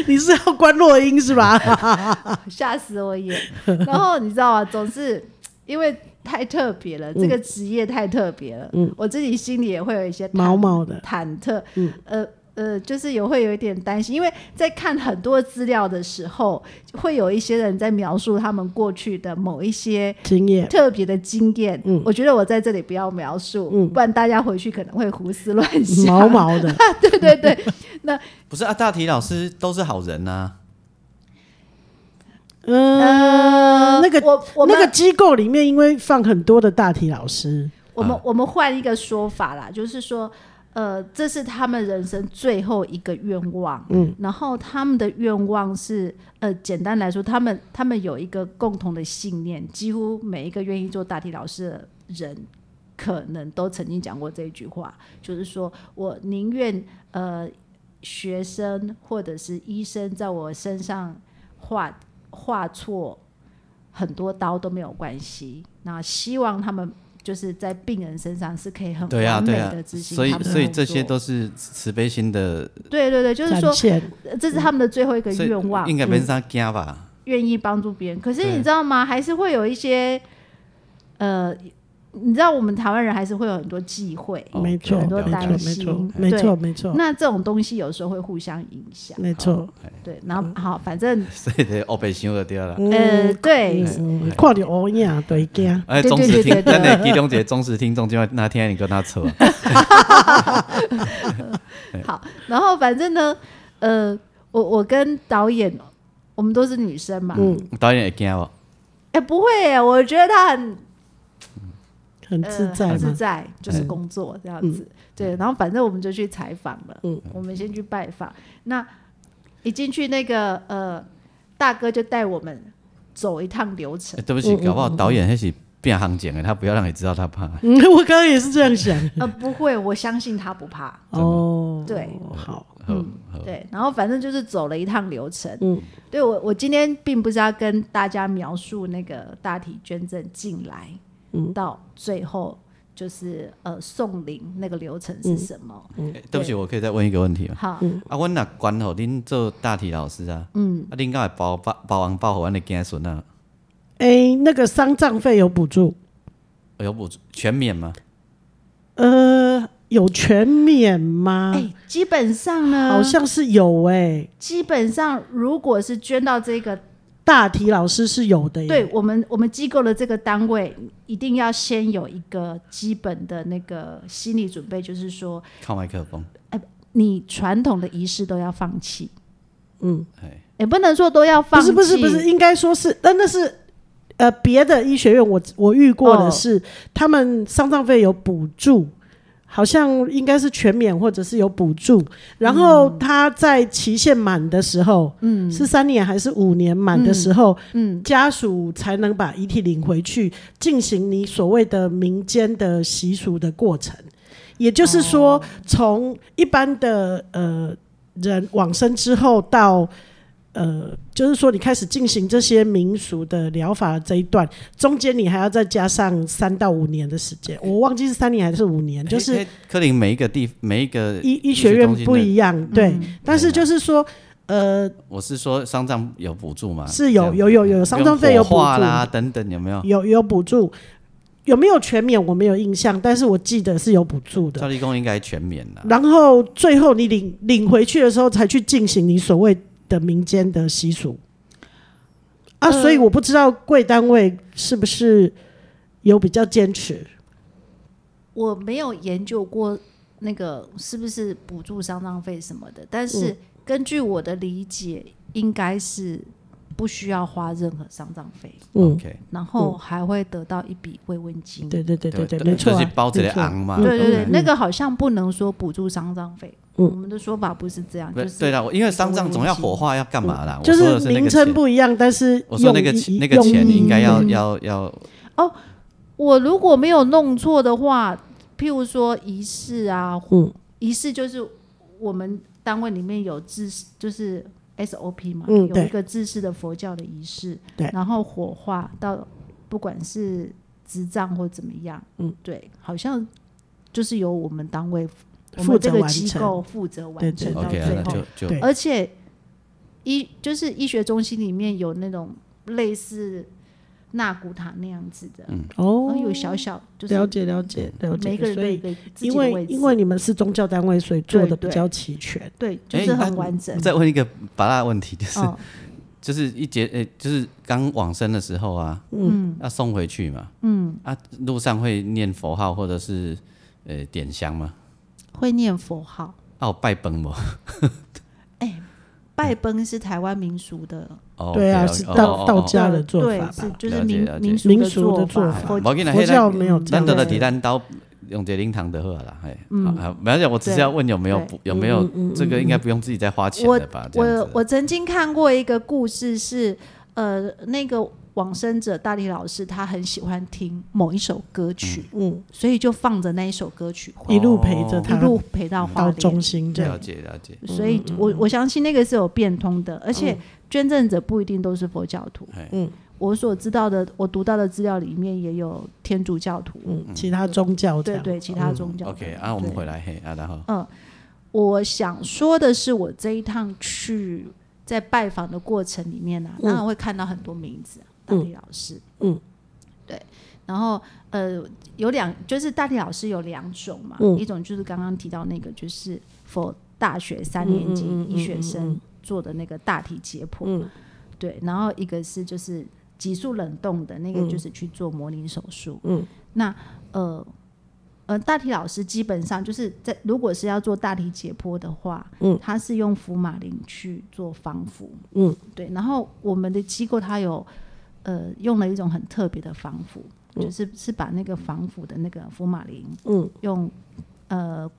Speaker 1: 你是要关落音是 吧？
Speaker 2: 吓死我也。然后你知道啊，总是因为太特别了，
Speaker 1: 嗯
Speaker 2: 这个职业太特别了，我自己心里也会有一些忐
Speaker 1: 毛毛的
Speaker 2: 忐忑，
Speaker 1: 嗯
Speaker 2: 呃。呃，就是有会有一点担心，因为在看很多资料的时候，会有一些人在描述他们过去的某一些
Speaker 1: 经验，
Speaker 2: 特别的经验。
Speaker 1: 嗯
Speaker 2: 我觉得我在这里不要描述，不然大家回去可能会胡思乱想。
Speaker 1: 毛毛的，
Speaker 2: 对对对，
Speaker 3: 不是啊，大体老师都是好人啊呐，
Speaker 1: 嗯，那个
Speaker 2: 我我们
Speaker 1: 那个机构里面，因为放很多的大体老师，
Speaker 2: 我
Speaker 1: 啊
Speaker 2: 们、我们换一个说法啦，就是说，呃，这是他们人生最后一个愿望。嗯，然后他们的愿望是，呃，简单来说，他们他们有一个共同的信念，几乎每一个愿意做大体老师的人，可能都曾经讲过这一句话，就是说我宁愿呃学生或者是医生在我身上画画错很多刀都没有关系。那希望他们就是在病人身上是可以很
Speaker 3: 对啊
Speaker 2: 完美
Speaker 3: 对啊
Speaker 2: 的，执行
Speaker 3: 所以
Speaker 2: 他们的
Speaker 3: 所以
Speaker 2: 工
Speaker 3: 这些
Speaker 2: 作
Speaker 3: 都是慈悲心的，
Speaker 2: 对对对，就是
Speaker 1: 展
Speaker 2: 说
Speaker 1: 现
Speaker 2: 呃这是他们的最后一个
Speaker 3: 所以
Speaker 2: 愿望
Speaker 3: 应，该没啥惊吧？
Speaker 2: 愿意帮助别人。可是
Speaker 3: 对
Speaker 2: 你知道吗？还是会有一些，呃，你知道我们台湾人还是会有很多忌讳，
Speaker 3: 哦
Speaker 1: 没错，
Speaker 2: 很多
Speaker 1: 没
Speaker 2: 担
Speaker 1: 错
Speaker 2: 心，
Speaker 1: 没
Speaker 2: 对
Speaker 1: 错，没错，
Speaker 2: 那这种东西有时候会互相影响。
Speaker 1: 没
Speaker 2: 哦
Speaker 1: 错。
Speaker 2: 对，然
Speaker 3: 嗯
Speaker 2: 后好，反正
Speaker 3: 所以得欧北想就对了啦。
Speaker 2: 呃，对，
Speaker 1: 嗯，看到乌影对惊，
Speaker 3: 哎，
Speaker 2: 对
Speaker 3: 忠
Speaker 2: 对
Speaker 3: 实
Speaker 2: 对
Speaker 3: 听
Speaker 2: 对，对
Speaker 3: 咱的其中一个忠实听众，今晚那天你跟他啊 扯，哎
Speaker 2: 好，然后反正呢，呃，我我跟导演，我们都是女生嘛，哎、哎
Speaker 3: 导演会惊无？
Speaker 2: 不会耶，我觉得他很
Speaker 1: 很自在嗯
Speaker 2: 呃、很自
Speaker 1: 嘛。
Speaker 2: 在，就是工作这样子。对，然后反正我们就去采访了，
Speaker 1: 嗯
Speaker 2: 我们先去拜访。那一进去那个呃，大哥就带我们走一趟流程
Speaker 3: 哎，对不起，搞不好导演那是变行情的，他不要让你知道他怕。
Speaker 1: 嗯， 我刚刚也是这样想。
Speaker 2: 呃，不会，我相信他不怕。
Speaker 1: 哦，
Speaker 2: 对，
Speaker 1: 好，
Speaker 3: 嗯
Speaker 2: 对，然后反正就是走了一趟流程。
Speaker 1: 哦嗯
Speaker 2: 嗯，对我我今天并不是要跟大家描述那个大体捐赠进来，嗯，到最后就是呃送灵那个流程
Speaker 1: 嗯
Speaker 2: 是什么？
Speaker 3: 哎对不起，我可以再问一个问题吗？
Speaker 2: 好，
Speaker 3: 啊，阮若管好恁做大体老师啊，嗯，啊，恁敢会包包包红包给阮的囝孙啊？
Speaker 1: 哎，那个丧葬费有补助，
Speaker 3: 有补助哎全免吗？
Speaker 1: 呃，有全免吗
Speaker 2: 哎、？呃基本上呢，
Speaker 1: 好像是有哎，
Speaker 2: 基本上如果是捐到这个，
Speaker 1: 大体老师是有的耶。
Speaker 2: 对我们我们机构的这个单位，一定要先有一个基本的那个心理准备，就是说
Speaker 3: 靠麦克风，
Speaker 2: 你传统的仪式都要放弃，
Speaker 3: 哎，
Speaker 2: 也不能说都要放
Speaker 1: 不
Speaker 2: 弃，
Speaker 1: 是不是不是，应该说是，但那是呃别的医学院我我遇过的
Speaker 2: 哦
Speaker 1: 是，他们丧葬费有补助，好像应该是全免或者是有补助，然后
Speaker 2: 嗯
Speaker 1: 他在期限满的时候，嗯，是三年还是五年满的时候，嗯，家属才能把遗体领回去，进行你所谓的民间的习俗的过程。也就是
Speaker 3: 哦
Speaker 1: 说，从一般的呃人往生之后到呃，就是说你开始进行这些民俗的疗法这一段，中间你还要再加上三到五年的时间，我忘记是三年还是五年，就是
Speaker 3: 哎哎柯林每一个地每一个
Speaker 1: 医医学院
Speaker 3: 中心
Speaker 1: 不
Speaker 3: 的嗯
Speaker 1: 一样，对。但是就是说，呃，
Speaker 3: 我是说丧葬有补助吗？
Speaker 1: 是有有有有丧葬费有
Speaker 3: 有
Speaker 1: 补助
Speaker 3: 啦，等等有没有？
Speaker 1: 有有补助，有没有全免我没有印象，但是我记得是有补助的
Speaker 3: 照。立功应该全免啦。
Speaker 1: 然后最后你领领回去的时候，才去进行你所谓的民间的习俗啊。
Speaker 2: 呃
Speaker 1: 所以我不知道贵单位是不是有比较坚持，
Speaker 2: 我没有研究过那个是不是补助丧葬费什么的，但是根据我的理解，应该是不需要花任何丧葬费，
Speaker 1: 嗯，
Speaker 3: OK，
Speaker 2: 然后还会得到一笔慰问金。
Speaker 1: 对对对对对，
Speaker 3: 对
Speaker 1: 没错啊、
Speaker 3: 就是包这个
Speaker 1: 没错啊
Speaker 3: 昂嘛
Speaker 1: 嗯
Speaker 2: 对对对
Speaker 3: 嗯
Speaker 2: 那个好像不能说补助丧葬费，
Speaker 1: 嗯
Speaker 2: 我们的说法不是这样，
Speaker 3: 不
Speaker 2: 就是是
Speaker 3: 对啦，我因为丧葬总要火化要干嘛啦？
Speaker 1: 嗯就
Speaker 3: 我说的是那
Speaker 1: 名
Speaker 3: 个
Speaker 1: 称
Speaker 3: 钱，
Speaker 1: 不一样，但是
Speaker 3: 我说那个
Speaker 1: 用
Speaker 3: 钱
Speaker 1: 意
Speaker 3: 那个钱
Speaker 1: 用意
Speaker 3: 应该要
Speaker 1: 嗯
Speaker 3: 要要
Speaker 2: 我如果没有弄错的话，譬如说仪式啊，
Speaker 1: 嗯
Speaker 2: 仪式就是我们单位里面有制式，就是 SOP 嘛，
Speaker 1: 嗯
Speaker 2: 有
Speaker 1: 对
Speaker 2: 一个制式的佛教的仪式，
Speaker 1: 对
Speaker 2: 然后火化到不管是执葬或怎么样，嗯，对，好像就是由我们单位我
Speaker 1: 负
Speaker 2: 们
Speaker 1: 责
Speaker 2: 这个
Speaker 1: 完
Speaker 2: 机
Speaker 1: 成
Speaker 2: 构负责
Speaker 1: 对
Speaker 2: 完
Speaker 1: 对
Speaker 2: 成到
Speaker 3: OK
Speaker 2: 最
Speaker 3: 啊，那
Speaker 2: 后，
Speaker 3: 就就
Speaker 1: 对
Speaker 2: 而且医就是医学中心里面有那种类似纳古塔那样子的，
Speaker 3: 嗯
Speaker 2: 然
Speaker 1: 哦
Speaker 2: 后，有小小就是
Speaker 1: 了解了解了解，
Speaker 2: 每一个人
Speaker 1: 所
Speaker 2: 对一
Speaker 1: 以
Speaker 2: 个自己
Speaker 1: 因
Speaker 2: 的位
Speaker 1: 为
Speaker 2: 置，
Speaker 1: 因为你们是宗教单位，所以做的
Speaker 2: 对
Speaker 1: 比
Speaker 2: 对
Speaker 1: 较齐全。
Speaker 2: 对就
Speaker 3: 哎
Speaker 2: 是
Speaker 3: 那
Speaker 2: 很完整。
Speaker 3: 再问一个拔蜡问题，就是
Speaker 2: 哦，
Speaker 3: 就是一节诶，就是刚往生的时候啊，嗯，要送回去嘛，嗯，啊，路上会念佛号或者是呃点香吗？
Speaker 2: 会念佛号，
Speaker 3: 啊，有拜崩吗？
Speaker 2: 拜崩是台湾民俗的
Speaker 3: 哦，
Speaker 1: 对啊，
Speaker 3: OK，
Speaker 1: 是
Speaker 3: 哦
Speaker 1: 道
Speaker 3: 哦
Speaker 1: 道
Speaker 3: 哦
Speaker 1: 家的做
Speaker 2: 对
Speaker 1: 法吧
Speaker 2: 是就
Speaker 3: 了
Speaker 2: 是
Speaker 3: 解
Speaker 2: 民
Speaker 3: 了解
Speaker 2: 民
Speaker 1: 民俗的做
Speaker 2: 做
Speaker 1: 法
Speaker 2: 佛
Speaker 3: 无紧啦，
Speaker 1: 佛
Speaker 3: 迄
Speaker 1: 教
Speaker 3: 咱
Speaker 1: 没有这
Speaker 3: 咱
Speaker 1: 样
Speaker 3: 就就
Speaker 1: 子
Speaker 3: 伫咱兜用一个灵堂就好了啦，嘿，好好，没关系，我只是要问有没有
Speaker 2: 对
Speaker 3: 补有没有这个应该不用自己再花钱
Speaker 2: 我
Speaker 3: 的吧？这样
Speaker 2: 我
Speaker 3: 子
Speaker 2: 我曾经看过一个故事是，呃，那个往生者大力老师他很喜欢听某一首歌曲，
Speaker 1: 嗯，
Speaker 2: 所以就放着那一首歌曲，
Speaker 1: 一路陪
Speaker 3: 哦
Speaker 1: 着
Speaker 2: 一
Speaker 1: 他嗯
Speaker 2: 路陪到
Speaker 1: 到
Speaker 2: 花莲
Speaker 1: 中。心这
Speaker 3: 了
Speaker 1: 样。
Speaker 3: 解了解，
Speaker 2: 所以
Speaker 3: 嗯
Speaker 2: 我我相信那个是有变通的，而且捐赠者不一定都是佛教徒。
Speaker 3: 哦嘿
Speaker 1: 嗯
Speaker 2: 我所知道的，我读到的资料里面也有天主教徒，
Speaker 1: 嗯，其他宗教这
Speaker 2: 对
Speaker 1: 样
Speaker 2: 对，其他宗教徒。
Speaker 3: ，OK 啊，我们
Speaker 2: 对
Speaker 3: 回来嘿啊，然后
Speaker 2: 我想说的是，我这一趟去在拜访的过程里面呢、啊，当然会看到很多名字啊，大地老师，
Speaker 1: 嗯，
Speaker 2: 对，然后呃，有两就是大地老师有两种嘛，
Speaker 1: 嗯
Speaker 2: 一种就是刚刚提到那个就是否大学三年级
Speaker 1: 嗯嗯嗯嗯
Speaker 2: 医学生做的那个大体解剖，
Speaker 1: 嗯
Speaker 2: 对，然后一个是就是急速冷冻的那个，就是去做模拟手术。
Speaker 1: 嗯，
Speaker 2: 那呃呃，大体老师基本上就是在如果是要做大体解剖的话，
Speaker 1: 嗯，
Speaker 2: 他是用福马林去做防腐。
Speaker 1: 嗯，
Speaker 2: 对，然后我们的机构它有呃用了一种很特别的防腐，就是是把那个防腐的那个福马林
Speaker 1: 嗯
Speaker 2: 用呃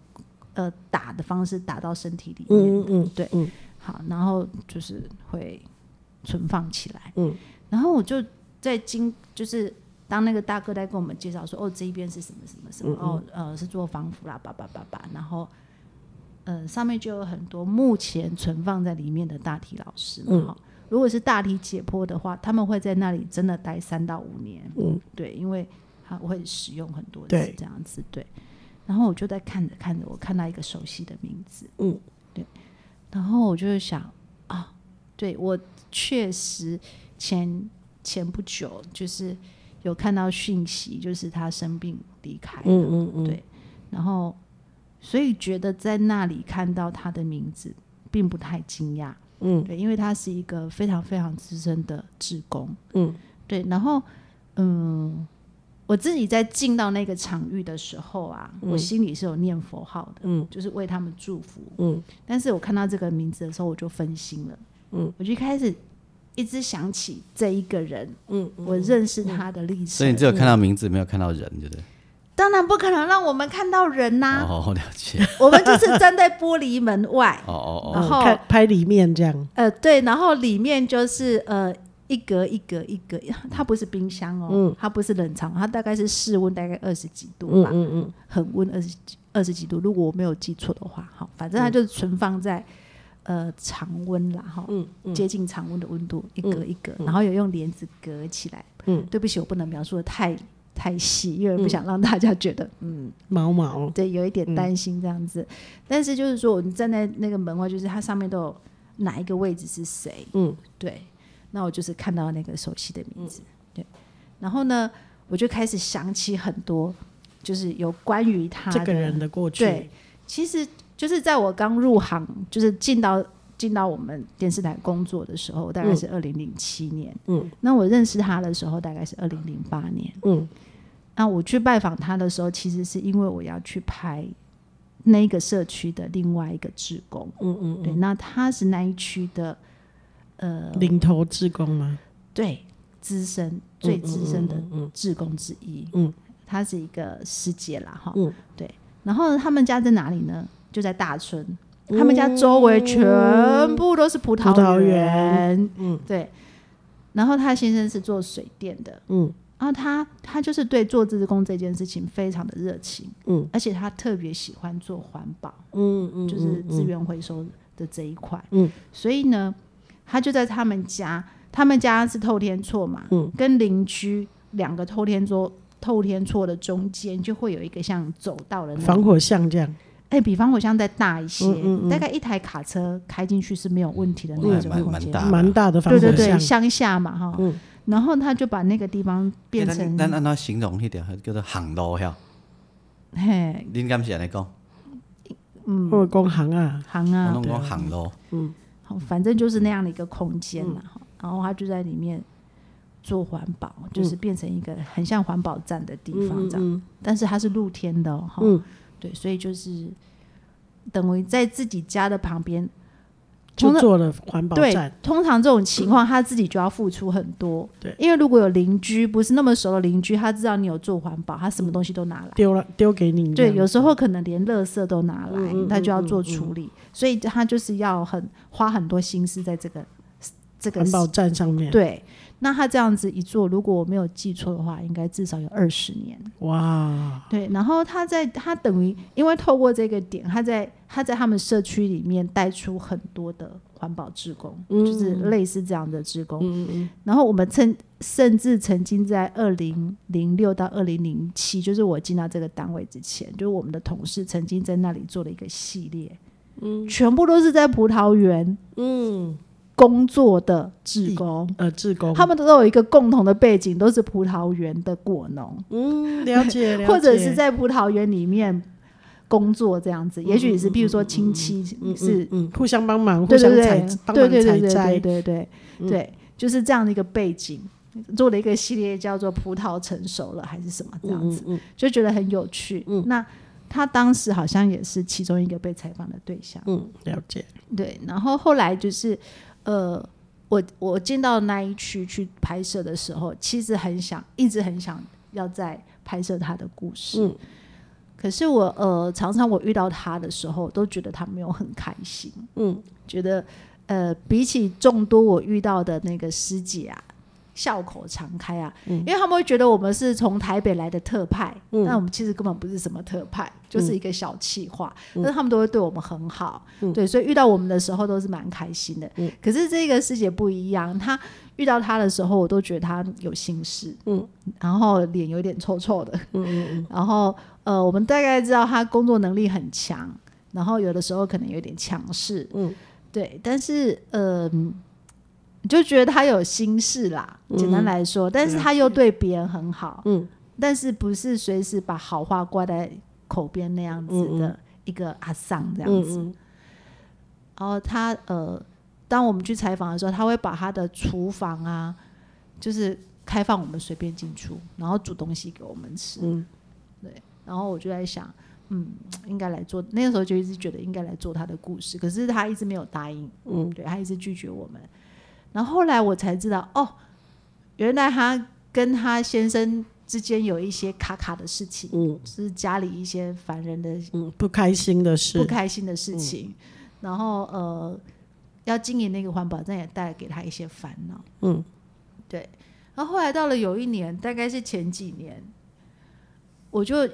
Speaker 2: 呃打的方式打到身体里面。
Speaker 1: 嗯嗯，
Speaker 2: 对
Speaker 1: 嗯
Speaker 2: 好，然后就是会存放起来。
Speaker 1: 嗯，
Speaker 2: 然后我就在经，就是当那个大哥在跟我们介绍说，哦，这一边是什么什么什
Speaker 1: 嗯
Speaker 2: 么，哦，呃，是做防腐啦，叭叭叭叭，然后。呃，上面就有很多目前存放在里面的大体老师
Speaker 1: 嗯
Speaker 2: 嘛，哈、如果是大体解剖的话，他们会在那里真的待三到五年，
Speaker 1: 嗯，
Speaker 2: 对，因为他会使用很多次
Speaker 1: 对
Speaker 2: 这样子，对。然后我就在看着看着，我看到一个熟悉的名字，
Speaker 1: 嗯，
Speaker 2: 对。然后我就想啊，对我确实前前不久就是有看到讯息，就是他生病离开了，
Speaker 1: 嗯嗯嗯，
Speaker 2: 对，然后所以觉得在那里看到他的名字，并不太惊讶，
Speaker 1: 嗯
Speaker 2: 对，因为他是一个非常非常资深的志工，
Speaker 1: 嗯，
Speaker 2: 对，然后嗯，我自己在进到那个场域的时候啊，我心里是有念佛号的，
Speaker 1: 嗯，
Speaker 2: 就是为他们祝福，
Speaker 1: 嗯，
Speaker 2: 但是我看到这个名字的时候，我就分心了，嗯，我就开始。一直想起这一个人，
Speaker 1: 嗯，
Speaker 2: 我认识他的历
Speaker 3: 所以
Speaker 2: 程
Speaker 3: 你，只有看到名字，没有看到人，对不对？
Speaker 2: 当然不可能让我们看到人呐、
Speaker 3: 哦，了解。
Speaker 2: 我们就是站在玻璃门外，
Speaker 3: 哦哦哦，
Speaker 2: 然后
Speaker 1: 拍拍里面这样，
Speaker 2: 呃，对，然后里面就是呃一格一格一格，它不是冰箱哦，它不是冷藏，它大概是室温大概二十几度
Speaker 1: 嗯
Speaker 2: 吧，
Speaker 1: 嗯
Speaker 2: 恒温二十几二十几度，如果我没有记错的话，哈，反正它就是存放在。呃，常温啦，哈，
Speaker 1: 嗯
Speaker 2: 接近常温的温度，一格一格，然后有用帘子隔起来。
Speaker 1: 嗯，
Speaker 2: 对不起，我不能描述的太太细，因为不想让大家觉得，嗯，
Speaker 1: 嗯，毛毛，
Speaker 2: 对，有一
Speaker 1: 嗯
Speaker 2: 点担心这样子。但是就是说，我们站在那个门外，就是它上面都有哪一个位置是谁，
Speaker 1: 嗯
Speaker 2: 对。那我就是看到那个熟悉的名字，对。然后呢，我就开始想起很多，就是有关于他
Speaker 1: 这个人的过去，
Speaker 2: 对，其实就是在我刚入行，就是进到进到我们电视台工作的时候，大概是二零零七年。
Speaker 1: 嗯，
Speaker 2: 那我认识他的时候，大概是二零零八年。
Speaker 1: 嗯，
Speaker 2: 那我去拜访他的时候，其实是因为我要去拍那个社区的另外一个志工。
Speaker 1: 嗯嗯
Speaker 2: 对，那他是那一区的，呃
Speaker 1: 嗯，，领头志工吗？
Speaker 2: 对，资深最资深的
Speaker 1: 嗯
Speaker 2: 志工之一，
Speaker 1: 嗯，
Speaker 2: 他是一个师姐啦，哈，
Speaker 1: 嗯，
Speaker 2: 对。然后他们家在哪里呢？就在大村，
Speaker 1: 哦
Speaker 2: 他们家周围全部都是葡
Speaker 1: 葡萄
Speaker 2: 园
Speaker 1: 园，嗯，
Speaker 2: 对。然后他先生是做水电的，
Speaker 1: 嗯
Speaker 2: 然后他他就是对做志工这件事情非常的热情，
Speaker 1: 嗯，
Speaker 2: 而且他特别喜欢做环保，
Speaker 1: 嗯嗯，
Speaker 2: 就是资源回收的这一块。
Speaker 1: 嗯，
Speaker 2: 所以呢，他就在他们家，他们家是透天厝嘛，
Speaker 1: 嗯，
Speaker 2: 跟邻居两个透天桌透天厝的中间就会有一个像走道的那
Speaker 1: 防
Speaker 2: 种，
Speaker 1: 火巷这样，
Speaker 2: 哎、比防火箱再大一些，
Speaker 1: 嗯嗯嗯
Speaker 2: 大概一台卡车开进去是没有问题的那
Speaker 3: 蛮
Speaker 2: 种
Speaker 3: 蛮
Speaker 2: 空
Speaker 3: 蛮
Speaker 2: 间。
Speaker 3: 大的，
Speaker 1: 蛮大的防
Speaker 2: 对对
Speaker 1: 火
Speaker 2: 啊对，
Speaker 1: 巷，
Speaker 2: 乡下嘛哈，
Speaker 1: 嗯
Speaker 2: 然后他就把那个地方变
Speaker 3: 欸
Speaker 2: 成，
Speaker 3: 咱咱按怎形容迄条叫做巷路遐？
Speaker 2: 嘿，
Speaker 3: 恁敢是安尼讲？
Speaker 1: 或者工行啊，
Speaker 2: 行
Speaker 3: 我
Speaker 2: 啊，
Speaker 3: 拢讲巷路，
Speaker 2: 好，反正就是那样的一个空间
Speaker 1: 嗯
Speaker 2: 嘛、哈然后他就在里面做环保，就是变成一个很像环保站的地方这样，
Speaker 1: 嗯
Speaker 2: 但是它是露天的哦哈、
Speaker 1: 嗯
Speaker 2: 对，所以就是等于在自己家的旁边。
Speaker 1: 就
Speaker 2: 通常
Speaker 1: 做了环保
Speaker 2: 对
Speaker 1: 站，，
Speaker 2: 通常这种情况他自己就要付出很多，
Speaker 1: 对
Speaker 2: 因为如果有邻居不是那么熟的邻居，他知道你有做环保，他什
Speaker 1: 嗯
Speaker 2: 么东西都拿来。
Speaker 1: 丢了丢给你这
Speaker 2: 对，
Speaker 1: 样，
Speaker 2: 有时候可能连垃圾都拿来
Speaker 1: 嗯嗯嗯，
Speaker 2: 他就要做处理，所以他就是要很花很多心思在这个这个
Speaker 1: 环保站上面，
Speaker 2: 对。那他这样子一做，如果我没有记错的话，应该至少有二十年。
Speaker 1: 哇，
Speaker 2: 对，然后他在他等于因为透过这个点，他在他在他们社区里面带出很多的环保志工，就是类似这样的志工。
Speaker 1: 嗯嗯
Speaker 2: 然后我们曾甚至曾经在二零零六到二零零七，就是我进到这个单位之前，就是我们的同事曾经在那里做了一个系列，嗯，全部都是在葡萄园
Speaker 1: 嗯，
Speaker 2: 工作的志工，
Speaker 1: 呃，志工，
Speaker 2: 他们都有一个共同的背景，都是葡萄园的果农，
Speaker 1: 嗯，了 解，了解
Speaker 2: 或者是在葡萄园里面工作这样子。也许是，譬如说亲戚
Speaker 1: 嗯
Speaker 2: 是
Speaker 1: 嗯，嗯，互相帮忙，互
Speaker 2: 对对
Speaker 1: 相
Speaker 2: 对
Speaker 1: 采，帮
Speaker 2: 对
Speaker 1: 忙
Speaker 2: 对对
Speaker 1: 采
Speaker 2: 对对
Speaker 1: 摘，嗯
Speaker 2: 对对对，就是这样的一个背景，做了一个系列叫做“葡萄成熟了”还是什么这样
Speaker 1: 嗯
Speaker 2: 子，就觉得很有趣。那他当时好像也是其中一个被采访的对象，
Speaker 1: 嗯，了解，
Speaker 2: 对。然后后来就是，呃，我我进到那一区去拍摄的时候，其实很想，一直很想要再拍摄他的故事。
Speaker 1: 嗯
Speaker 2: 可是我呃，常常我遇到他的时候，都觉得他没有很开心。
Speaker 1: 嗯
Speaker 2: 觉得呃，比起众多我遇到的那个师姐啊，笑口常开啊，因为他们会觉得我们是从台北来的特派，
Speaker 1: 嗯
Speaker 2: 那我们其实根本不是什么特派，就是一个小气话，但
Speaker 1: 嗯
Speaker 2: 是他们都会对我们很好，对，所以遇到我们的时候都是蛮开心的。
Speaker 1: 嗯
Speaker 2: 可是这个师姐不一样，她遇到她的时候，我都觉得她有心事，
Speaker 1: 嗯
Speaker 2: 然后脸有点臭臭的，
Speaker 1: 嗯嗯
Speaker 2: 然后呃，我们大概知道他工作能力很强，然后有的时候可能有点强势，
Speaker 1: 嗯，
Speaker 2: 对，但是呃，嗯就觉得他有心事啦，简单来说，但是他又对别人很好，
Speaker 1: 嗯，
Speaker 2: 但是不是随时把好话挂在口边那样子的一个阿桑
Speaker 1: 嗯
Speaker 2: 这样子，
Speaker 1: 嗯
Speaker 2: 然后他呃，当我们去采访的时候，他会把他的厨房啊，就是开放我们随便进出，然后煮东西给我们吃。
Speaker 1: 嗯
Speaker 2: 然后我就在想，嗯，应该来做。那个时候就一直觉得应该来做他的故事，可是他一直没有答应，
Speaker 1: 嗯
Speaker 2: 对他一直拒绝我们。然后后来我才知道，哦，原来他跟他先生之间有一些卡卡的事情，
Speaker 1: 嗯
Speaker 2: 是家里一些烦人的
Speaker 1: 嗯，不开心的
Speaker 2: 不
Speaker 1: 事，
Speaker 2: 开心的事情，然后呃，要经营那个环保站也带给他一些烦恼。
Speaker 1: 嗯，
Speaker 2: 对。然后后来到了有一年，大概是前几年，我就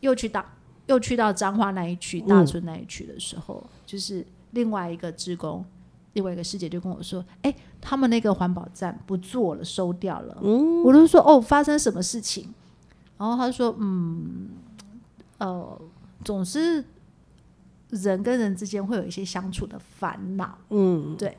Speaker 2: 又去到又去到彰化那一区、大村那一区的时候，就是另外一个职工，另外一个师姐就跟我说：“哎、他们那个环保站不做了，收掉了。”我就说：“哦，发生什么事情？”然后他说：“嗯，呃，总是人跟人之间会有一些相处的烦恼，
Speaker 1: 嗯，
Speaker 2: 对，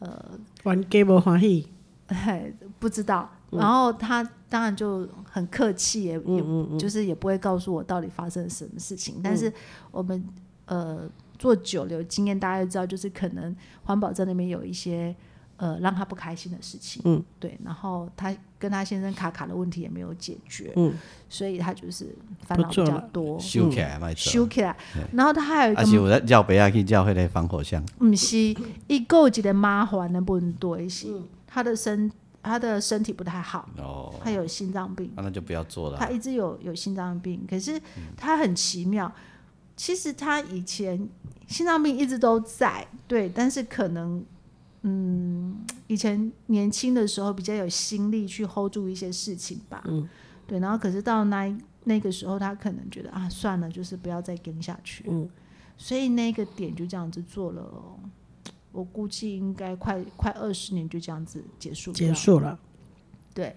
Speaker 2: 呃，
Speaker 1: 玩 game 欢喜，
Speaker 2: 嘿不知道。
Speaker 1: 嗯
Speaker 2: 然后他当然就很客气，也
Speaker 1: 嗯
Speaker 2: 也就是也不会告诉我到底发生了什么事情。但是我们呃做久了有经验，大家就知道，就是可能环保站那边有一些呃让他不开心的事情，
Speaker 1: 嗯，
Speaker 2: 对。然后他跟他先生卡卡的问题也没有解决，
Speaker 1: 嗯，
Speaker 2: 所以他就是烦
Speaker 1: 不
Speaker 2: 恼比
Speaker 1: 做
Speaker 2: 较
Speaker 1: 了
Speaker 2: 多，
Speaker 3: 修起来卖啊
Speaker 2: 修
Speaker 3: 走。
Speaker 2: 起来。
Speaker 1: 哎
Speaker 2: 然后他还有一个
Speaker 1: 啊
Speaker 3: 而且我在叫别亚去叫回来防火箱，
Speaker 2: 唔是，伊还有一个麻烦的问题是，他的身他的身体不太好，
Speaker 3: 哦，
Speaker 2: 他有心脏病，
Speaker 3: 那那就不要做了
Speaker 2: 他
Speaker 3: 啊。
Speaker 2: 一直有有心脏病，可是他很奇妙，其实他以前心脏病一直都在，对，但是可能嗯，以前年轻的时候比较有心力去 hold 住一些事情吧，
Speaker 1: 嗯
Speaker 2: 对，然后可是到那一那个时候，他可能觉得啊，算了，就是不要再跟下去，
Speaker 1: 嗯
Speaker 2: 所以那个点就这样子做了哦、我估计应该快快二十年就这样子结束掉
Speaker 1: 结束
Speaker 2: 啊
Speaker 1: 了，
Speaker 2: 对，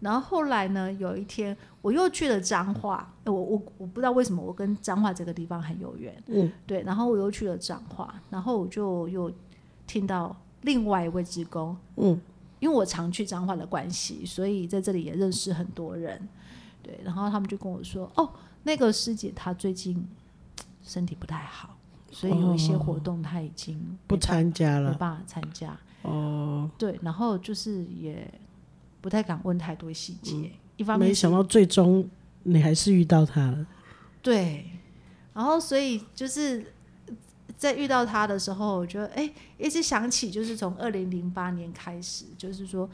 Speaker 2: 然后后来呢，有一天我又去了彰化，呃我我我不知道为什么我跟彰化这个地方很有缘，
Speaker 1: 嗯
Speaker 2: 对，然后我又去了彰化，然后我就又听到另外一位职工，
Speaker 1: 嗯
Speaker 2: 因为我常去彰化的关系，所以在这里也认识很多人，对，然后他们就跟我说，哦，那个师姐她最近身体不太好，所以有一些活动她已经没
Speaker 1: 哦不
Speaker 2: 办
Speaker 1: 参加
Speaker 2: 没
Speaker 1: 了，
Speaker 2: 办法参加，
Speaker 1: 哦，
Speaker 2: 对，然后就是也不太敢问太多细节，一方
Speaker 1: 嗯
Speaker 2: 面
Speaker 1: 没
Speaker 2: 是
Speaker 1: 想到最终你还是遇到他了，
Speaker 2: 对，然后所以就是在遇到他的时候，我觉得哎，一直想起就是从二零零八年开始，就是说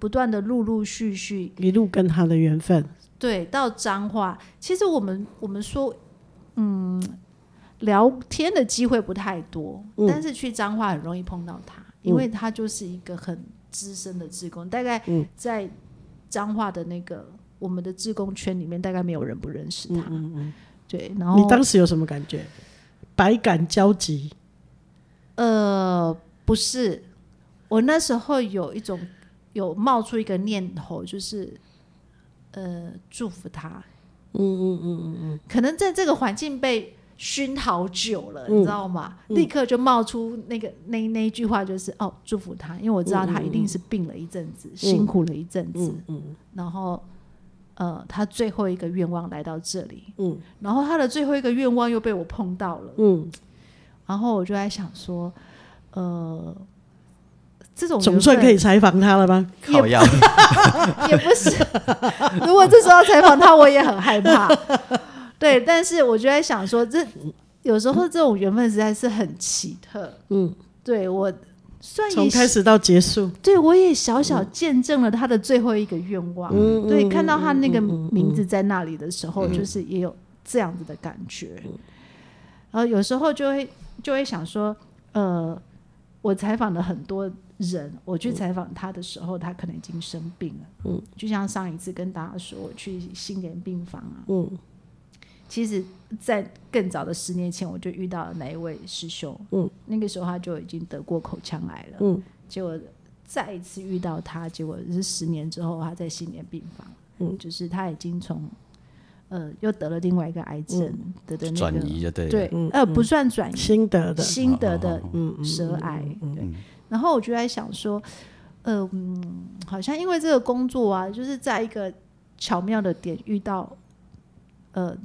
Speaker 2: 不断的陆陆续续
Speaker 1: 一路跟他的缘分，
Speaker 2: 对，到彰化，其实我们我们说，嗯，聊天的机会不太多，
Speaker 1: 嗯
Speaker 2: 但是去彰化很容易碰到他，因为他就是一个很资深的志工，大概
Speaker 1: 嗯
Speaker 2: 在彰化的那个我们的志工圈里面，大概没有人不认识他。对，然
Speaker 1: 嗯
Speaker 2: 后
Speaker 1: 你当时有什么感觉？百感交集，
Speaker 2: 呃，不是，我那时候有一种有冒出一个念头，就是呃，祝福他。嗯嗯嗯嗯嗯，可能在这个环境被熏好久了，你知道吗？立刻就冒出那个那那一句话，就是哦，祝福他，因为我知道他一定是病了一阵子，辛苦了一阵子，然后呃，他最后一个愿望来到这里，
Speaker 1: 嗯
Speaker 2: 然后他的最后一个愿望又被我碰到了，
Speaker 1: 嗯，
Speaker 2: 然后我就在想说，呃，这种
Speaker 1: 总算可以采访他了吧？
Speaker 2: 也
Speaker 3: 靠药，
Speaker 2: 也不是， 如果这时候采访他，我也很害怕。 对，但是我就在想说，这有时候这种缘分实在是很奇特。
Speaker 1: 嗯，
Speaker 2: 对我算
Speaker 1: 从
Speaker 2: 也
Speaker 1: 开始到结束，
Speaker 2: 对我也小小见证了他的最后一个愿望。
Speaker 1: 嗯，
Speaker 2: 对，
Speaker 1: 嗯
Speaker 2: 看到他那个
Speaker 1: 嗯嗯嗯嗯
Speaker 2: 名字在那里的时候，就是也有这样子的感觉。然后有时候就会就会想说，呃，我采访了很多人，我
Speaker 1: 嗯
Speaker 2: 去采访他的时候，他可能已经生病了。嗯，就像上一次跟大家说，我去新年病房啊，
Speaker 1: 嗯
Speaker 2: 其实，在更早的十年前，我就遇到了那一位师兄，
Speaker 1: 嗯，
Speaker 2: 那个时候他就已经得过口腔癌了，
Speaker 1: 嗯，
Speaker 2: 结果再一次遇到他，结果是十年之后，他在新年病房，
Speaker 1: 嗯，
Speaker 2: 就是他已经从呃又得了另外一个癌症，得的那个
Speaker 3: 转移就对了。
Speaker 2: 对，
Speaker 1: 嗯
Speaker 2: 呃，不算转移，
Speaker 1: 心得的，
Speaker 2: 新得的
Speaker 1: 嗯嗯，
Speaker 2: 舌癌，对
Speaker 3: 嗯，
Speaker 2: 然后我就在想说，呃，嗯，好像因为这个工作啊，就是在一个巧妙的点遇到，呃，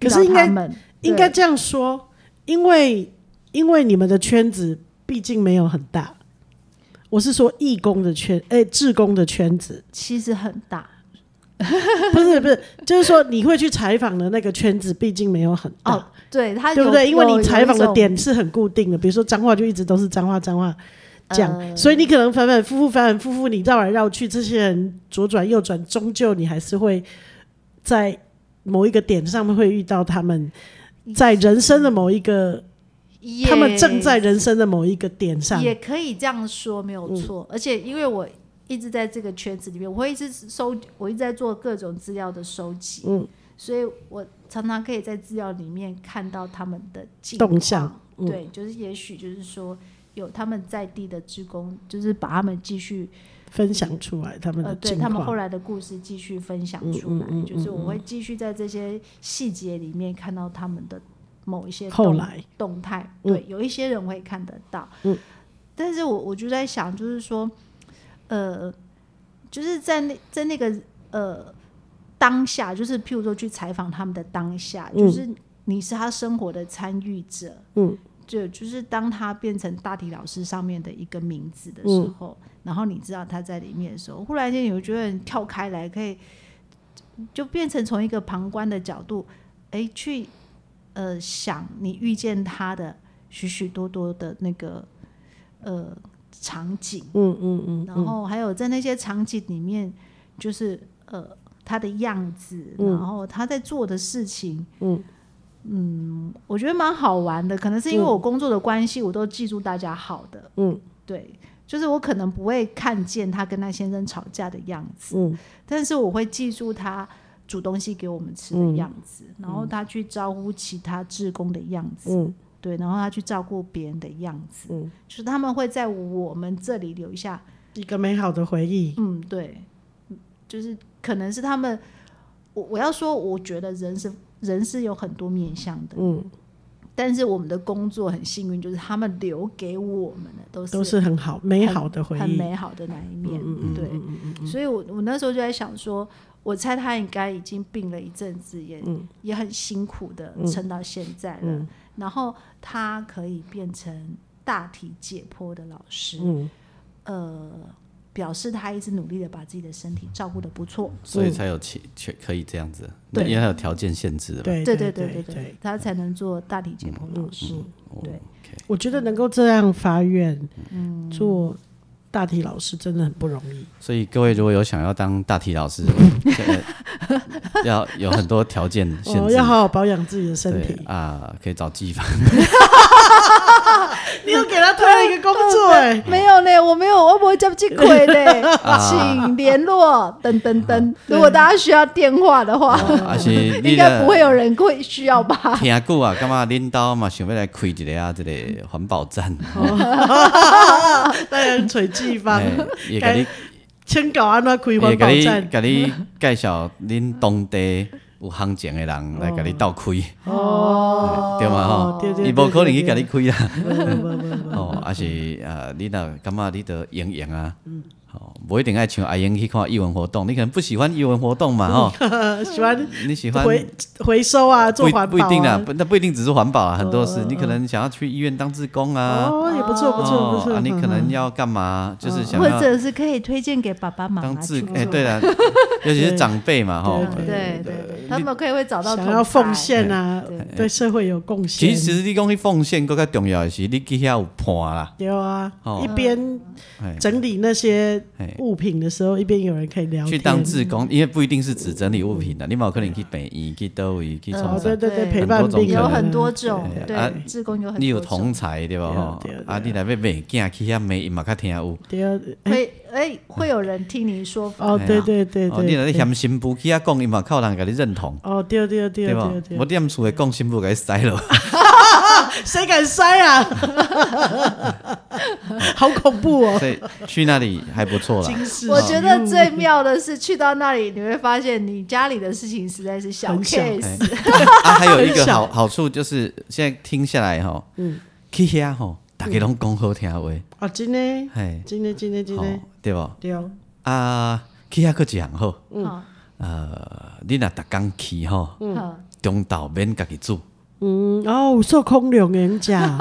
Speaker 1: 可是应该
Speaker 2: 遇到他们
Speaker 1: 应该
Speaker 2: 对
Speaker 1: 这样说，因为因为你们的圈子毕竟没有很大，我是说义工的圈，哎、志工的圈子，
Speaker 2: 其实很大
Speaker 1: 不是不是，就是说你会去采访的那个圈子，毕竟没有很大。
Speaker 2: 哦，对他
Speaker 1: 啊对不
Speaker 2: 有
Speaker 1: 对？因为
Speaker 2: 有
Speaker 1: 你采访
Speaker 2: 有一
Speaker 1: 的
Speaker 2: 种
Speaker 1: 点是很固定的，比如说脏话就一直都是脏话脏话讲，
Speaker 2: 呃
Speaker 1: 所以你可能反反复复反反复复，你绕来绕去，这些人左转右转，终究你还是会在某一个点上面会遇到他们在人生的某一个，
Speaker 2: 也
Speaker 1: 他们正在人生的某一个点上。
Speaker 2: 也可以这样说，没有错。
Speaker 1: 嗯
Speaker 2: 而且因为我一直在这个圈子里面，我会一直收，我一直在做各种资料的收集，
Speaker 1: 嗯
Speaker 2: 所以我常常可以在资料里面看到他们的近
Speaker 1: 动
Speaker 2: 况
Speaker 1: 向嗯
Speaker 2: 对，就是也许就是说有他们在地的职工，就是把他们继续
Speaker 1: 分享出来他们
Speaker 2: 呃，
Speaker 1: 的
Speaker 2: 对
Speaker 1: 近
Speaker 2: 他们后
Speaker 1: 况。
Speaker 2: 来的故事继续分享
Speaker 1: 嗯
Speaker 2: 出来，
Speaker 1: 嗯嗯
Speaker 2: 就是我
Speaker 1: 嗯
Speaker 2: 会继续在这些细节里面看到他们的某一些
Speaker 1: 后
Speaker 2: 动
Speaker 1: 来，
Speaker 2: 动态，
Speaker 1: 嗯
Speaker 2: 对，有一些人会看得到。
Speaker 1: 嗯，
Speaker 2: 但是我我就在想，就是说，呃，就是在那在那个呃当下，就是譬如说去采访他们的当下，
Speaker 1: 嗯
Speaker 2: 就是你是他生活的参与者，
Speaker 1: 嗯，
Speaker 2: 就就是当他变成大体老师上面的一个名字
Speaker 1: 嗯
Speaker 2: 的时候，然后你知道他在里面的时候，忽然间有觉得你跳开来，可以就变成从一个旁观的角度，哎，去呃想你遇见他的许许多多的那个呃场景，
Speaker 1: 嗯嗯嗯，
Speaker 2: 然后还有在那些场景里面，就是呃他的样子，
Speaker 1: 嗯
Speaker 2: 然后他在做的事情，
Speaker 1: 嗯
Speaker 2: 嗯我觉得蛮好玩的。可能是因为
Speaker 1: 嗯
Speaker 2: 我工作的关系，我都记住大家好的，
Speaker 1: 嗯，
Speaker 2: 对，就是我可能不会看见他跟他先生吵架的样子，
Speaker 1: 嗯，
Speaker 2: 但是我会记住他。煮东西给我们吃
Speaker 1: 嗯
Speaker 2: 的样子，然后他去招呼其他志工的样子，
Speaker 1: 嗯
Speaker 2: 对，然后他去照顾别人的样子，
Speaker 1: 嗯
Speaker 2: 就是他们会在我们这里留下
Speaker 1: 一个美好的回忆。
Speaker 2: 嗯，对，就是可能是他们，我我要说，我觉得人是人是有很多面向的，
Speaker 1: 嗯，
Speaker 2: 但是我们的工作很幸运，就是他们留给我们的都是
Speaker 1: 都是很好美好的回
Speaker 2: 很
Speaker 1: 忆。
Speaker 2: 美好的那一面，
Speaker 1: 嗯嗯
Speaker 2: 对，
Speaker 1: 嗯嗯嗯
Speaker 2: 所以我我那时候就在想说，我猜他应该已经病了一阵子，也、
Speaker 1: 嗯
Speaker 2: 也很辛苦的撑到现在了，
Speaker 1: 嗯
Speaker 2: 然后他可以变成大体解剖的老师，
Speaker 1: 嗯
Speaker 2: 呃，表示他一直努力的把自己的身体照顾的不错，
Speaker 3: 所以才有其却可以这样子，
Speaker 1: 对
Speaker 3: 因为它有条件限制的
Speaker 1: 嗯，
Speaker 3: 吧。
Speaker 1: 对
Speaker 2: 对
Speaker 1: 对
Speaker 2: 对对
Speaker 1: 对嗯
Speaker 2: 对，他才能做大体解剖老师。
Speaker 3: 哦
Speaker 2: 对
Speaker 3: ，OK，
Speaker 1: 我觉得能够这样发愿，
Speaker 2: 嗯
Speaker 1: 做大体老师真的很不容易。
Speaker 3: 所以各位如果有想要当大体 老师，呃要有很多条件限
Speaker 1: 哦，
Speaker 3: 制
Speaker 1: 要。好好保养自己的身体
Speaker 3: 对。啊，可以找技法。
Speaker 1: 你又给他推了一个工作、 哎，
Speaker 2: 没有呢，我没有，我不会叫进鬼的，请联络等等等。如果大家需要电话的话，
Speaker 3: 而且
Speaker 2: 哦应
Speaker 3: 啊你
Speaker 2: 该
Speaker 3: 的
Speaker 2: 不会有人会需要吧？
Speaker 3: 听久啊，干嘛领导嘛想要来开一个啊，这个环 保站，
Speaker 1: 当然锤技方
Speaker 3: 哎也给你
Speaker 1: 签稿安那可以
Speaker 3: 也
Speaker 1: 环保
Speaker 3: 哎给你
Speaker 1: 站，
Speaker 3: 给你介绍恁当地有行情的人来给你倒开，
Speaker 1: 哦
Speaker 3: 对嘛吼
Speaker 1: 对对，
Speaker 3: 伊无可能去给你开啦。
Speaker 1: 不不不不
Speaker 3: 哦，啊是啊，你若感觉你得演演啊，
Speaker 1: 嗯
Speaker 3: 哦，无一定爱像阿英去看艺文活动，你可能不喜欢艺文活动嘛，吼，
Speaker 1: 嗯不，喜欢
Speaker 3: 你喜欢
Speaker 1: 回回收啊，
Speaker 3: 不
Speaker 1: 做
Speaker 3: 一
Speaker 1: 环保、啊、
Speaker 3: 不一定啦，不那不一定只是环保啊，很多事，你可能想要去医院当志工啊，
Speaker 1: 哦，也不错不错不
Speaker 3: 哦
Speaker 1: 错，
Speaker 3: 啊，你可能
Speaker 1: 嗯哦
Speaker 3: 要干嘛？就是嗯想
Speaker 2: 或
Speaker 3: 要
Speaker 2: 者是可以推荐给爸爸妈
Speaker 3: 当
Speaker 2: 妈
Speaker 3: 志
Speaker 2: 去
Speaker 3: 哎，对了， 尤其是长辈嘛，吼，
Speaker 1: 对
Speaker 2: 对对，他们可以会找到
Speaker 1: 想
Speaker 2: 同
Speaker 1: 要奉
Speaker 2: 才
Speaker 1: 献啊
Speaker 2: 对，
Speaker 1: 对社会有贡献。
Speaker 3: 哎其实你讲去奉献，更加重要的是你去遐有伴啦，
Speaker 1: 有啊
Speaker 3: 哦，
Speaker 1: 一边
Speaker 3: 哎
Speaker 1: 整理那些
Speaker 3: 哎
Speaker 1: 物品的时候，一边有人可以聊天。
Speaker 3: 去当志工，因为不一定是只整理物品的，你嘛有可能去北医、去倒位、去
Speaker 1: 哦，
Speaker 3: 创啥
Speaker 1: 对。对对，
Speaker 2: 对
Speaker 1: 陪伴
Speaker 3: 很多种
Speaker 1: 病人啊
Speaker 2: 有很多种
Speaker 3: 对，啊
Speaker 2: 对，志工有很
Speaker 3: 你有
Speaker 2: 多种
Speaker 3: 同。才对吧？吼
Speaker 1: 对对，对
Speaker 3: 啊，你来要卖囝去遐卖，伊嘛较听有。
Speaker 1: 对啊，哎
Speaker 2: 会哎，会有人听你说法，
Speaker 1: 哦，对对对
Speaker 3: 哦，你若
Speaker 1: 对，
Speaker 3: 咧嫌新妇去遐讲，伊嘛靠人甲你认同，
Speaker 1: 哦，对对对
Speaker 3: 对吧
Speaker 1: 对？对
Speaker 3: 无，踮厝诶讲新妇甲你塞落，
Speaker 1: 谁敢塞 啊？好恐怖哦！
Speaker 3: 所以去那里还不错啦。
Speaker 1: 惊世
Speaker 2: 我觉得最妙的是去到那里，你会发现你家里的事情实在是小
Speaker 1: 很小哎
Speaker 2: case，
Speaker 3: 啊，还有一个
Speaker 1: 很
Speaker 3: 好
Speaker 1: 小
Speaker 3: 好处就是现在听下来吼，
Speaker 1: 嗯
Speaker 3: 去遐吼，大家拢讲好听话，
Speaker 1: 啊，真的，
Speaker 3: 嘿，
Speaker 1: 真的，真的，真
Speaker 3: 吼
Speaker 1: 的，
Speaker 3: 对无
Speaker 1: 对哦，
Speaker 3: 啊，去遐佫一项好，
Speaker 2: 嗯
Speaker 3: 呃，你若逐工去吼，
Speaker 2: 嗯，
Speaker 3: 中昼免家己煮，
Speaker 1: 嗯，哦，有受空两人 家，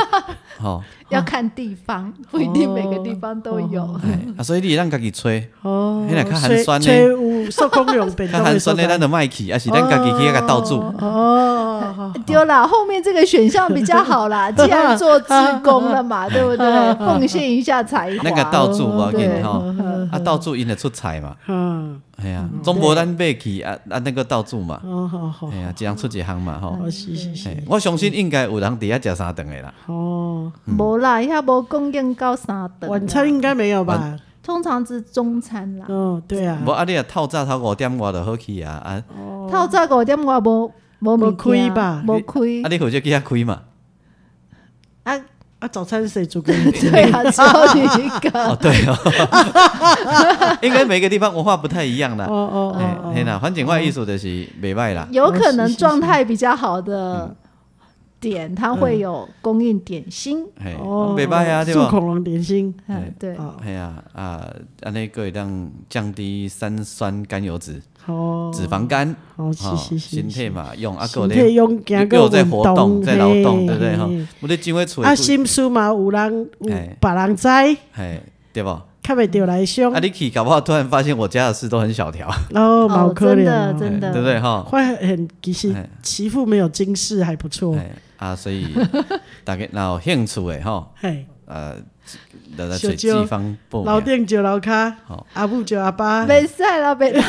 Speaker 3: 吼，
Speaker 2: 要看地方，不一定每个地方都有。
Speaker 3: 嘿啊，所以你会当家己吹。
Speaker 1: 嗯哦
Speaker 3: 那个较，寒
Speaker 1: 吹
Speaker 3: 酸呢
Speaker 1: 吹有受空两便
Speaker 3: 较
Speaker 1: 当的
Speaker 3: 寒
Speaker 1: 所
Speaker 3: 酸
Speaker 1: 在
Speaker 3: 的，咱就卖去，啊还是咱家己去遐个倒煮。
Speaker 1: 哦，好
Speaker 2: 丢啦，后面这个选项比较 好啦，既然做志工了嘛，对不对？奉献一下才华。
Speaker 3: 那个倒煮
Speaker 1: 哦
Speaker 3: 无要紧
Speaker 2: 对
Speaker 3: 吼，啊倒煮因得出菜嘛，
Speaker 1: 嗯，
Speaker 3: 哎呀，总无咱买去啊啊那个倒煮嘛，
Speaker 1: 哦，好好
Speaker 3: 哎，呀，一人出一项嘛吼。
Speaker 1: 哦，是是是，
Speaker 3: 嘿我相
Speaker 1: 嗯
Speaker 3: 信应该有人伫遐食三顿的啦，
Speaker 1: 哦，
Speaker 3: 嗯
Speaker 2: 无啦，遐无供应到三顿啦，
Speaker 1: 晚餐应该没有吧？
Speaker 2: 通常是中餐啦。
Speaker 1: 嗯，对啊嗯
Speaker 3: 无，啊你啊透早头五点外就好去啊，啊
Speaker 2: 透早五点我无无物件
Speaker 1: 哦无开吧
Speaker 2: 无
Speaker 3: 啊
Speaker 2: 开
Speaker 3: 你回去去遐开嘛，
Speaker 2: 啊，
Speaker 1: 啊，早餐谁煮给 你？
Speaker 2: 对 啊，只有你一
Speaker 3: 哦
Speaker 2: 个。
Speaker 3: 对哦，应该每个地方文化不太一样
Speaker 1: 哦
Speaker 3: 啦，
Speaker 1: 哦
Speaker 3: 嘿
Speaker 1: 哦，
Speaker 3: 嘿啦，反正我的意思就是袂歹啦，
Speaker 2: 有可能状态比较好
Speaker 3: 嗯
Speaker 2: 的点，它会有供应点心。
Speaker 3: 嘿，
Speaker 1: 哦，
Speaker 3: 袂歹啊，对
Speaker 1: 素
Speaker 3: 吧？
Speaker 1: 恐龙点心，
Speaker 2: 嗯，对，
Speaker 1: 哦，
Speaker 3: 哎呀啊，安尼可以让降低三酸甘油脂、
Speaker 1: 好，
Speaker 3: 脂肪肝，
Speaker 1: 好，哦是是是，
Speaker 3: 哦身体嘛用啊，
Speaker 1: 身
Speaker 3: 咧
Speaker 1: 体用行
Speaker 3: 又有
Speaker 1: 个
Speaker 3: 在活动、在劳动，对不对哈？我咧进位厝，
Speaker 1: 啊，心思嘛，有人有
Speaker 3: 嘿
Speaker 1: 别人知，
Speaker 3: 哎，对不？啊，
Speaker 1: 较袂着来凶，
Speaker 3: 你去搞不好突然发现我家的事都很小条，
Speaker 1: 哦，
Speaker 2: 哦
Speaker 1: 毛可怜
Speaker 2: 真的
Speaker 1: 哦，
Speaker 2: 真
Speaker 3: 嘿对不对哈？
Speaker 1: 会很其实
Speaker 3: 哎
Speaker 1: 媳妇没有惊世还不错，
Speaker 3: 哎啊，所以大家若有兴趣的吼，
Speaker 1: 嘿，
Speaker 3: 呃，来来
Speaker 1: 小
Speaker 3: 找
Speaker 1: 酒
Speaker 3: 地方报
Speaker 1: 老
Speaker 3: 名，
Speaker 1: 店就老卡
Speaker 3: 哦好，
Speaker 1: 阿布就阿爸，
Speaker 2: 没事啦，别让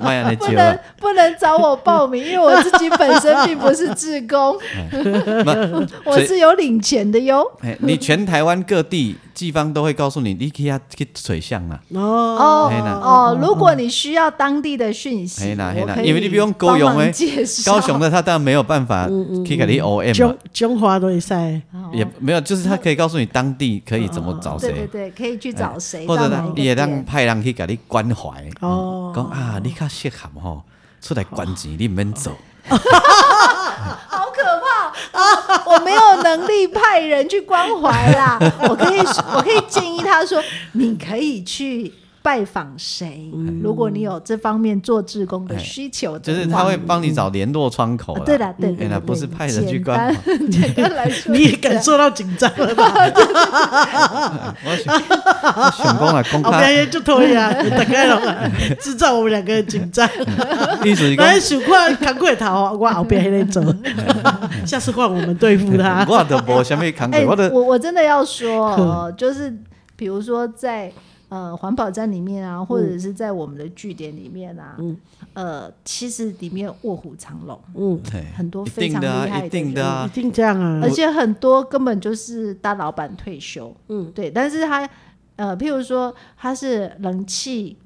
Speaker 3: 卖安尼
Speaker 2: 不
Speaker 3: 招
Speaker 2: 能
Speaker 3: 啦。
Speaker 2: 不能找我报名，因为我自己本身并不是志工， 我是有领钱的哟。
Speaker 3: 哎，你全台湾各地地方都会告诉你，你去遐去水象啦。
Speaker 1: 哦
Speaker 2: 哦
Speaker 3: 嘿啦
Speaker 2: 哦，如果你需要当地的讯息
Speaker 3: 嘿，啦嘿
Speaker 2: 我
Speaker 3: 啦
Speaker 2: 可以
Speaker 3: 因为你不用高雄
Speaker 2: 帮忙
Speaker 3: 欸
Speaker 2: 介绍嗯
Speaker 3: 高雄的他当然没有办法去给你 O M 嘛
Speaker 1: 中，中华都会赛，
Speaker 3: 也没有，就是他可以告诉你当地可以怎么找
Speaker 2: 对哦对
Speaker 3: 谁，哎
Speaker 2: 对，可以去找谁，
Speaker 3: 或
Speaker 2: 到
Speaker 3: 者
Speaker 2: 哪一
Speaker 3: 呢
Speaker 2: 个
Speaker 3: 也
Speaker 2: 店
Speaker 3: 让派人去给你关怀，
Speaker 1: 哦
Speaker 3: 讲啊，你较适合吼，出来捐
Speaker 2: 哦
Speaker 3: 钱你免走，
Speaker 2: 好可怕啊！我没有能力派人去关怀 啦，我可以我可以建议他说，你可以去。拜访谁？如果你有这方面做志工的需求的话，
Speaker 3: 嗯哎就是他会帮你找联络窗口
Speaker 2: 啊嗯
Speaker 3: 啦。
Speaker 2: 对啦，对
Speaker 3: 哎
Speaker 2: 对
Speaker 3: 那
Speaker 2: 对，
Speaker 3: 不是派人去
Speaker 2: 简
Speaker 3: 关
Speaker 2: 单
Speaker 3: 怀，，
Speaker 2: 简单来说，
Speaker 1: 你也感受到紧张了吧？
Speaker 3: 我想我想讲啊， 讲
Speaker 1: 后
Speaker 3: 他
Speaker 1: 边就拖呀， 大概了，制造我们两个人紧张。
Speaker 3: 意思是
Speaker 1: 反
Speaker 3: 讲
Speaker 1: 正。想看扛过头，我后边还 在走，下次换我们对付他。
Speaker 3: 嗯我都无什么工
Speaker 2: 哎、
Speaker 3: 作，我都
Speaker 2: 我我真的要说， 哦，就是比如说在呃环保站里面
Speaker 3: 嗯
Speaker 2: 啊，或者是在我们的据点里面啊，呃，其实里面卧虎藏龙，
Speaker 1: 嗯，
Speaker 3: 嘿
Speaker 2: 很多
Speaker 3: 一
Speaker 2: 非
Speaker 3: 定
Speaker 2: 常厉
Speaker 3: 的
Speaker 2: 害
Speaker 3: 啊，
Speaker 2: 的
Speaker 3: 一定的
Speaker 1: 一
Speaker 3: 啊，
Speaker 1: 定这样啊
Speaker 2: 而。且很多根本就是大老板退休，
Speaker 1: 嗯，
Speaker 2: 对，但是他呃，譬如说他是冷气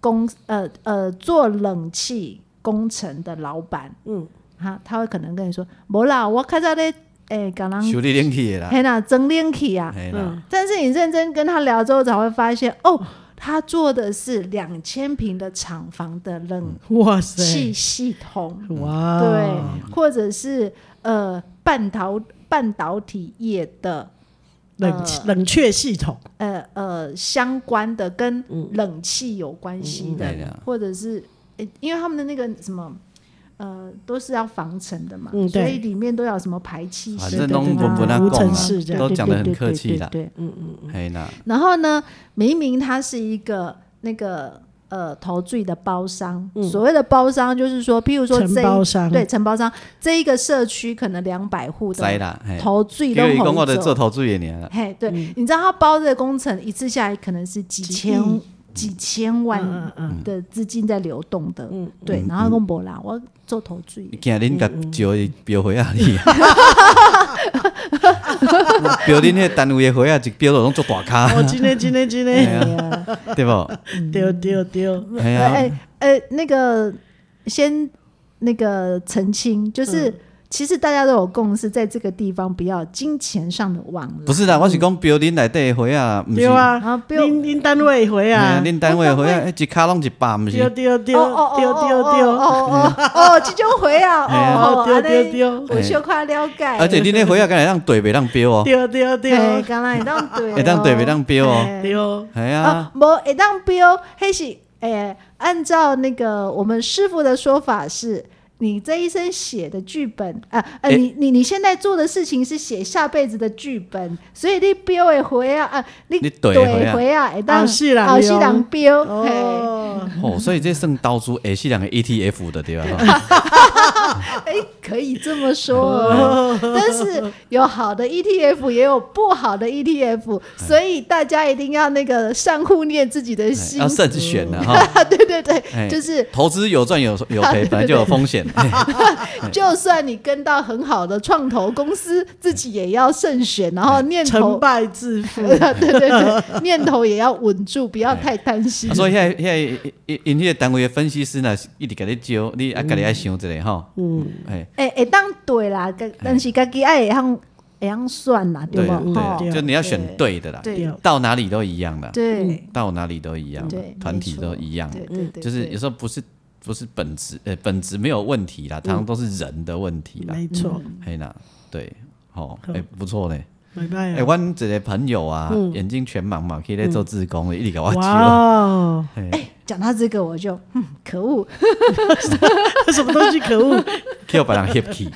Speaker 2: 工呃呃做冷气工程的老板，
Speaker 1: 嗯，
Speaker 2: 他他会可能跟你说，没啦，我看到咧，诶、欸，人
Speaker 3: 啊修理冷气的啦，
Speaker 2: 嘿啦，整冷气啊，
Speaker 3: 嘿啦
Speaker 1: 嗯，
Speaker 2: 但是你认真跟他聊之后，才会发现哦，他做的是两千平的厂房的冷
Speaker 1: 哇
Speaker 3: 嗯
Speaker 1: 塞，
Speaker 2: 气系统，
Speaker 1: 哇，
Speaker 3: 哦
Speaker 2: 对，或者是呃半导半导体业的
Speaker 1: 冷气冷却系统，
Speaker 2: 呃呃相关的跟冷气有关系的，
Speaker 3: 嗯嗯对的
Speaker 2: 或者是、诶因为他们的那个什么呃都是要防尘的嘛，
Speaker 1: 嗯
Speaker 2: 所
Speaker 1: 对
Speaker 2: 以里面都要有什么排气
Speaker 3: 反
Speaker 2: 式
Speaker 3: 正
Speaker 2: 的
Speaker 3: 都
Speaker 2: 对
Speaker 3: 文啊不
Speaker 2: 吧
Speaker 3: 那
Speaker 1: 无
Speaker 3: 讲
Speaker 1: 尘
Speaker 3: 啦
Speaker 1: 室这，样
Speaker 3: 都
Speaker 2: 对
Speaker 3: 讲的
Speaker 2: 对
Speaker 3: 很
Speaker 2: 对
Speaker 3: 客
Speaker 2: 对
Speaker 3: 气啦。
Speaker 2: 对，嗯嗯。
Speaker 3: 嘿啦，
Speaker 2: 然后呢，明明他是一个那个呃投醉的包商，所谓的包商就是说，譬如说
Speaker 1: 嗯承
Speaker 2: 这一
Speaker 1: 包商
Speaker 2: 对承包商这一个社区可能两百户
Speaker 3: 知
Speaker 2: 的
Speaker 3: 啦，嘿，
Speaker 2: 投醉
Speaker 3: 因
Speaker 2: 都
Speaker 3: 为讲
Speaker 2: 红
Speaker 3: 我的做投资也年啦，
Speaker 2: 嘿，对，
Speaker 1: 嗯
Speaker 2: 你知道他包这个工程一次下来可能是几
Speaker 1: 几
Speaker 2: 千
Speaker 1: 亿
Speaker 2: 几千
Speaker 1: 嗯
Speaker 2: 万
Speaker 1: 嗯嗯
Speaker 2: 的资金在流动的，
Speaker 1: 嗯
Speaker 2: 对，然后跟博啦，我做投醉，
Speaker 3: 今恁甲招伊标回啊你，标恁迄单位的回啊，一标都拢做大咖，
Speaker 1: 我哦今天今天今
Speaker 3: 哎
Speaker 1: 天
Speaker 3: 呀对不？
Speaker 1: 丢丢丢，
Speaker 3: 哎呀，
Speaker 2: 哎哎，呃那个先那个澄清，就是、其实大家都有共识，在这个地方不要金钱上的往来，
Speaker 3: 不是啦，我是讲标恁内底的回啊，毋是，
Speaker 1: 丢啊
Speaker 2: 然后，不用
Speaker 1: 您您单位回
Speaker 3: 嘿
Speaker 1: 啊
Speaker 3: 啊，，恁单位的回啊，哎一卡拢一百，毋
Speaker 1: 丢
Speaker 3: 是，
Speaker 1: 丢丢
Speaker 2: 哦哦
Speaker 1: 丢丢丢，
Speaker 2: 哦哦哦，这种回啊，
Speaker 3: 嘿啊
Speaker 2: 哦哦，
Speaker 1: 丢
Speaker 2: 安
Speaker 1: 丢
Speaker 2: 尼
Speaker 1: 丢
Speaker 2: 我小快了解，
Speaker 3: 而且恁的回啊，敢会让对袂让标哦，
Speaker 1: 丢丢
Speaker 2: 嘿，
Speaker 1: 丢
Speaker 2: 刚刚会当对，
Speaker 3: 会当对袂当标
Speaker 1: 哎
Speaker 3: 哦，
Speaker 2: 嘿
Speaker 1: 丢，
Speaker 3: 系啊
Speaker 2: 啊，，无会当标，迄是诶，按照那个我们师傅的说法是。你这一生写的剧本啊，呃，
Speaker 3: 诶
Speaker 2: 你你你现在做的事情是写下辈子的剧本，所以你标会回啊，啊，你
Speaker 3: 你对的回啊
Speaker 2: 回啊，会当
Speaker 1: 后世哦人
Speaker 2: 后世
Speaker 1: 用
Speaker 2: 人标，嘿，
Speaker 1: 哦，
Speaker 3: 哦，所以这算投资下世人的 ETF 的对吧？
Speaker 2: 哎，可以这么说哦，但是有好的 ETF，也有不好的 ETF，所
Speaker 3: 哎
Speaker 2: 以大家一定要那个善护念自己的
Speaker 3: 嘿
Speaker 2: 心
Speaker 3: 要，慎选的哈。
Speaker 2: 对对
Speaker 3: 哦
Speaker 2: 对，
Speaker 3: 哎
Speaker 2: 就是
Speaker 3: 投资有赚有有赔，本来就有风险。
Speaker 2: 就算你跟到很好的创投公司，自己也要慎选，然后念
Speaker 1: 成
Speaker 3: 哎
Speaker 2: 头，
Speaker 1: 败自 负，
Speaker 2: 对对对，念头也要稳住，不要太贪心
Speaker 3: 啊。所以现在现在因因迄个单位的分析师呢，一直给你招，你啊，家己爱想一下吼。嗯，哎，
Speaker 2: 哎哎，当对啦，跟但是自己爱会样会样算啦，
Speaker 3: 对
Speaker 2: 吧？
Speaker 3: 对
Speaker 2: 吼
Speaker 3: 对，
Speaker 1: 对
Speaker 3: 就你要选对的啦，
Speaker 2: 对
Speaker 3: 到哪里都一样的，
Speaker 2: 对
Speaker 3: 到哪里都一样
Speaker 2: 对，，
Speaker 3: 团
Speaker 2: 没
Speaker 3: 体
Speaker 2: 错
Speaker 3: 都一样，
Speaker 2: 对对对，
Speaker 3: 嗯就是
Speaker 2: 对
Speaker 3: 有时候不是不是本质，呃，本质没有问题啦，常常都是人的问题啦。
Speaker 1: 没错，
Speaker 3: 嘿啦，对，好，哎，不错嘞。
Speaker 1: 没啊办
Speaker 3: 哎，
Speaker 1: 法，
Speaker 3: 我一个朋友啊，眼睛全盲嘛，去咧做志工的，一直给我
Speaker 1: 哇
Speaker 3: 招。
Speaker 1: 哦，
Speaker 3: 嘿
Speaker 2: 讲到这个我就，嗯，可恶，
Speaker 1: 什么东西可 恶，
Speaker 3: 叫别人翕去。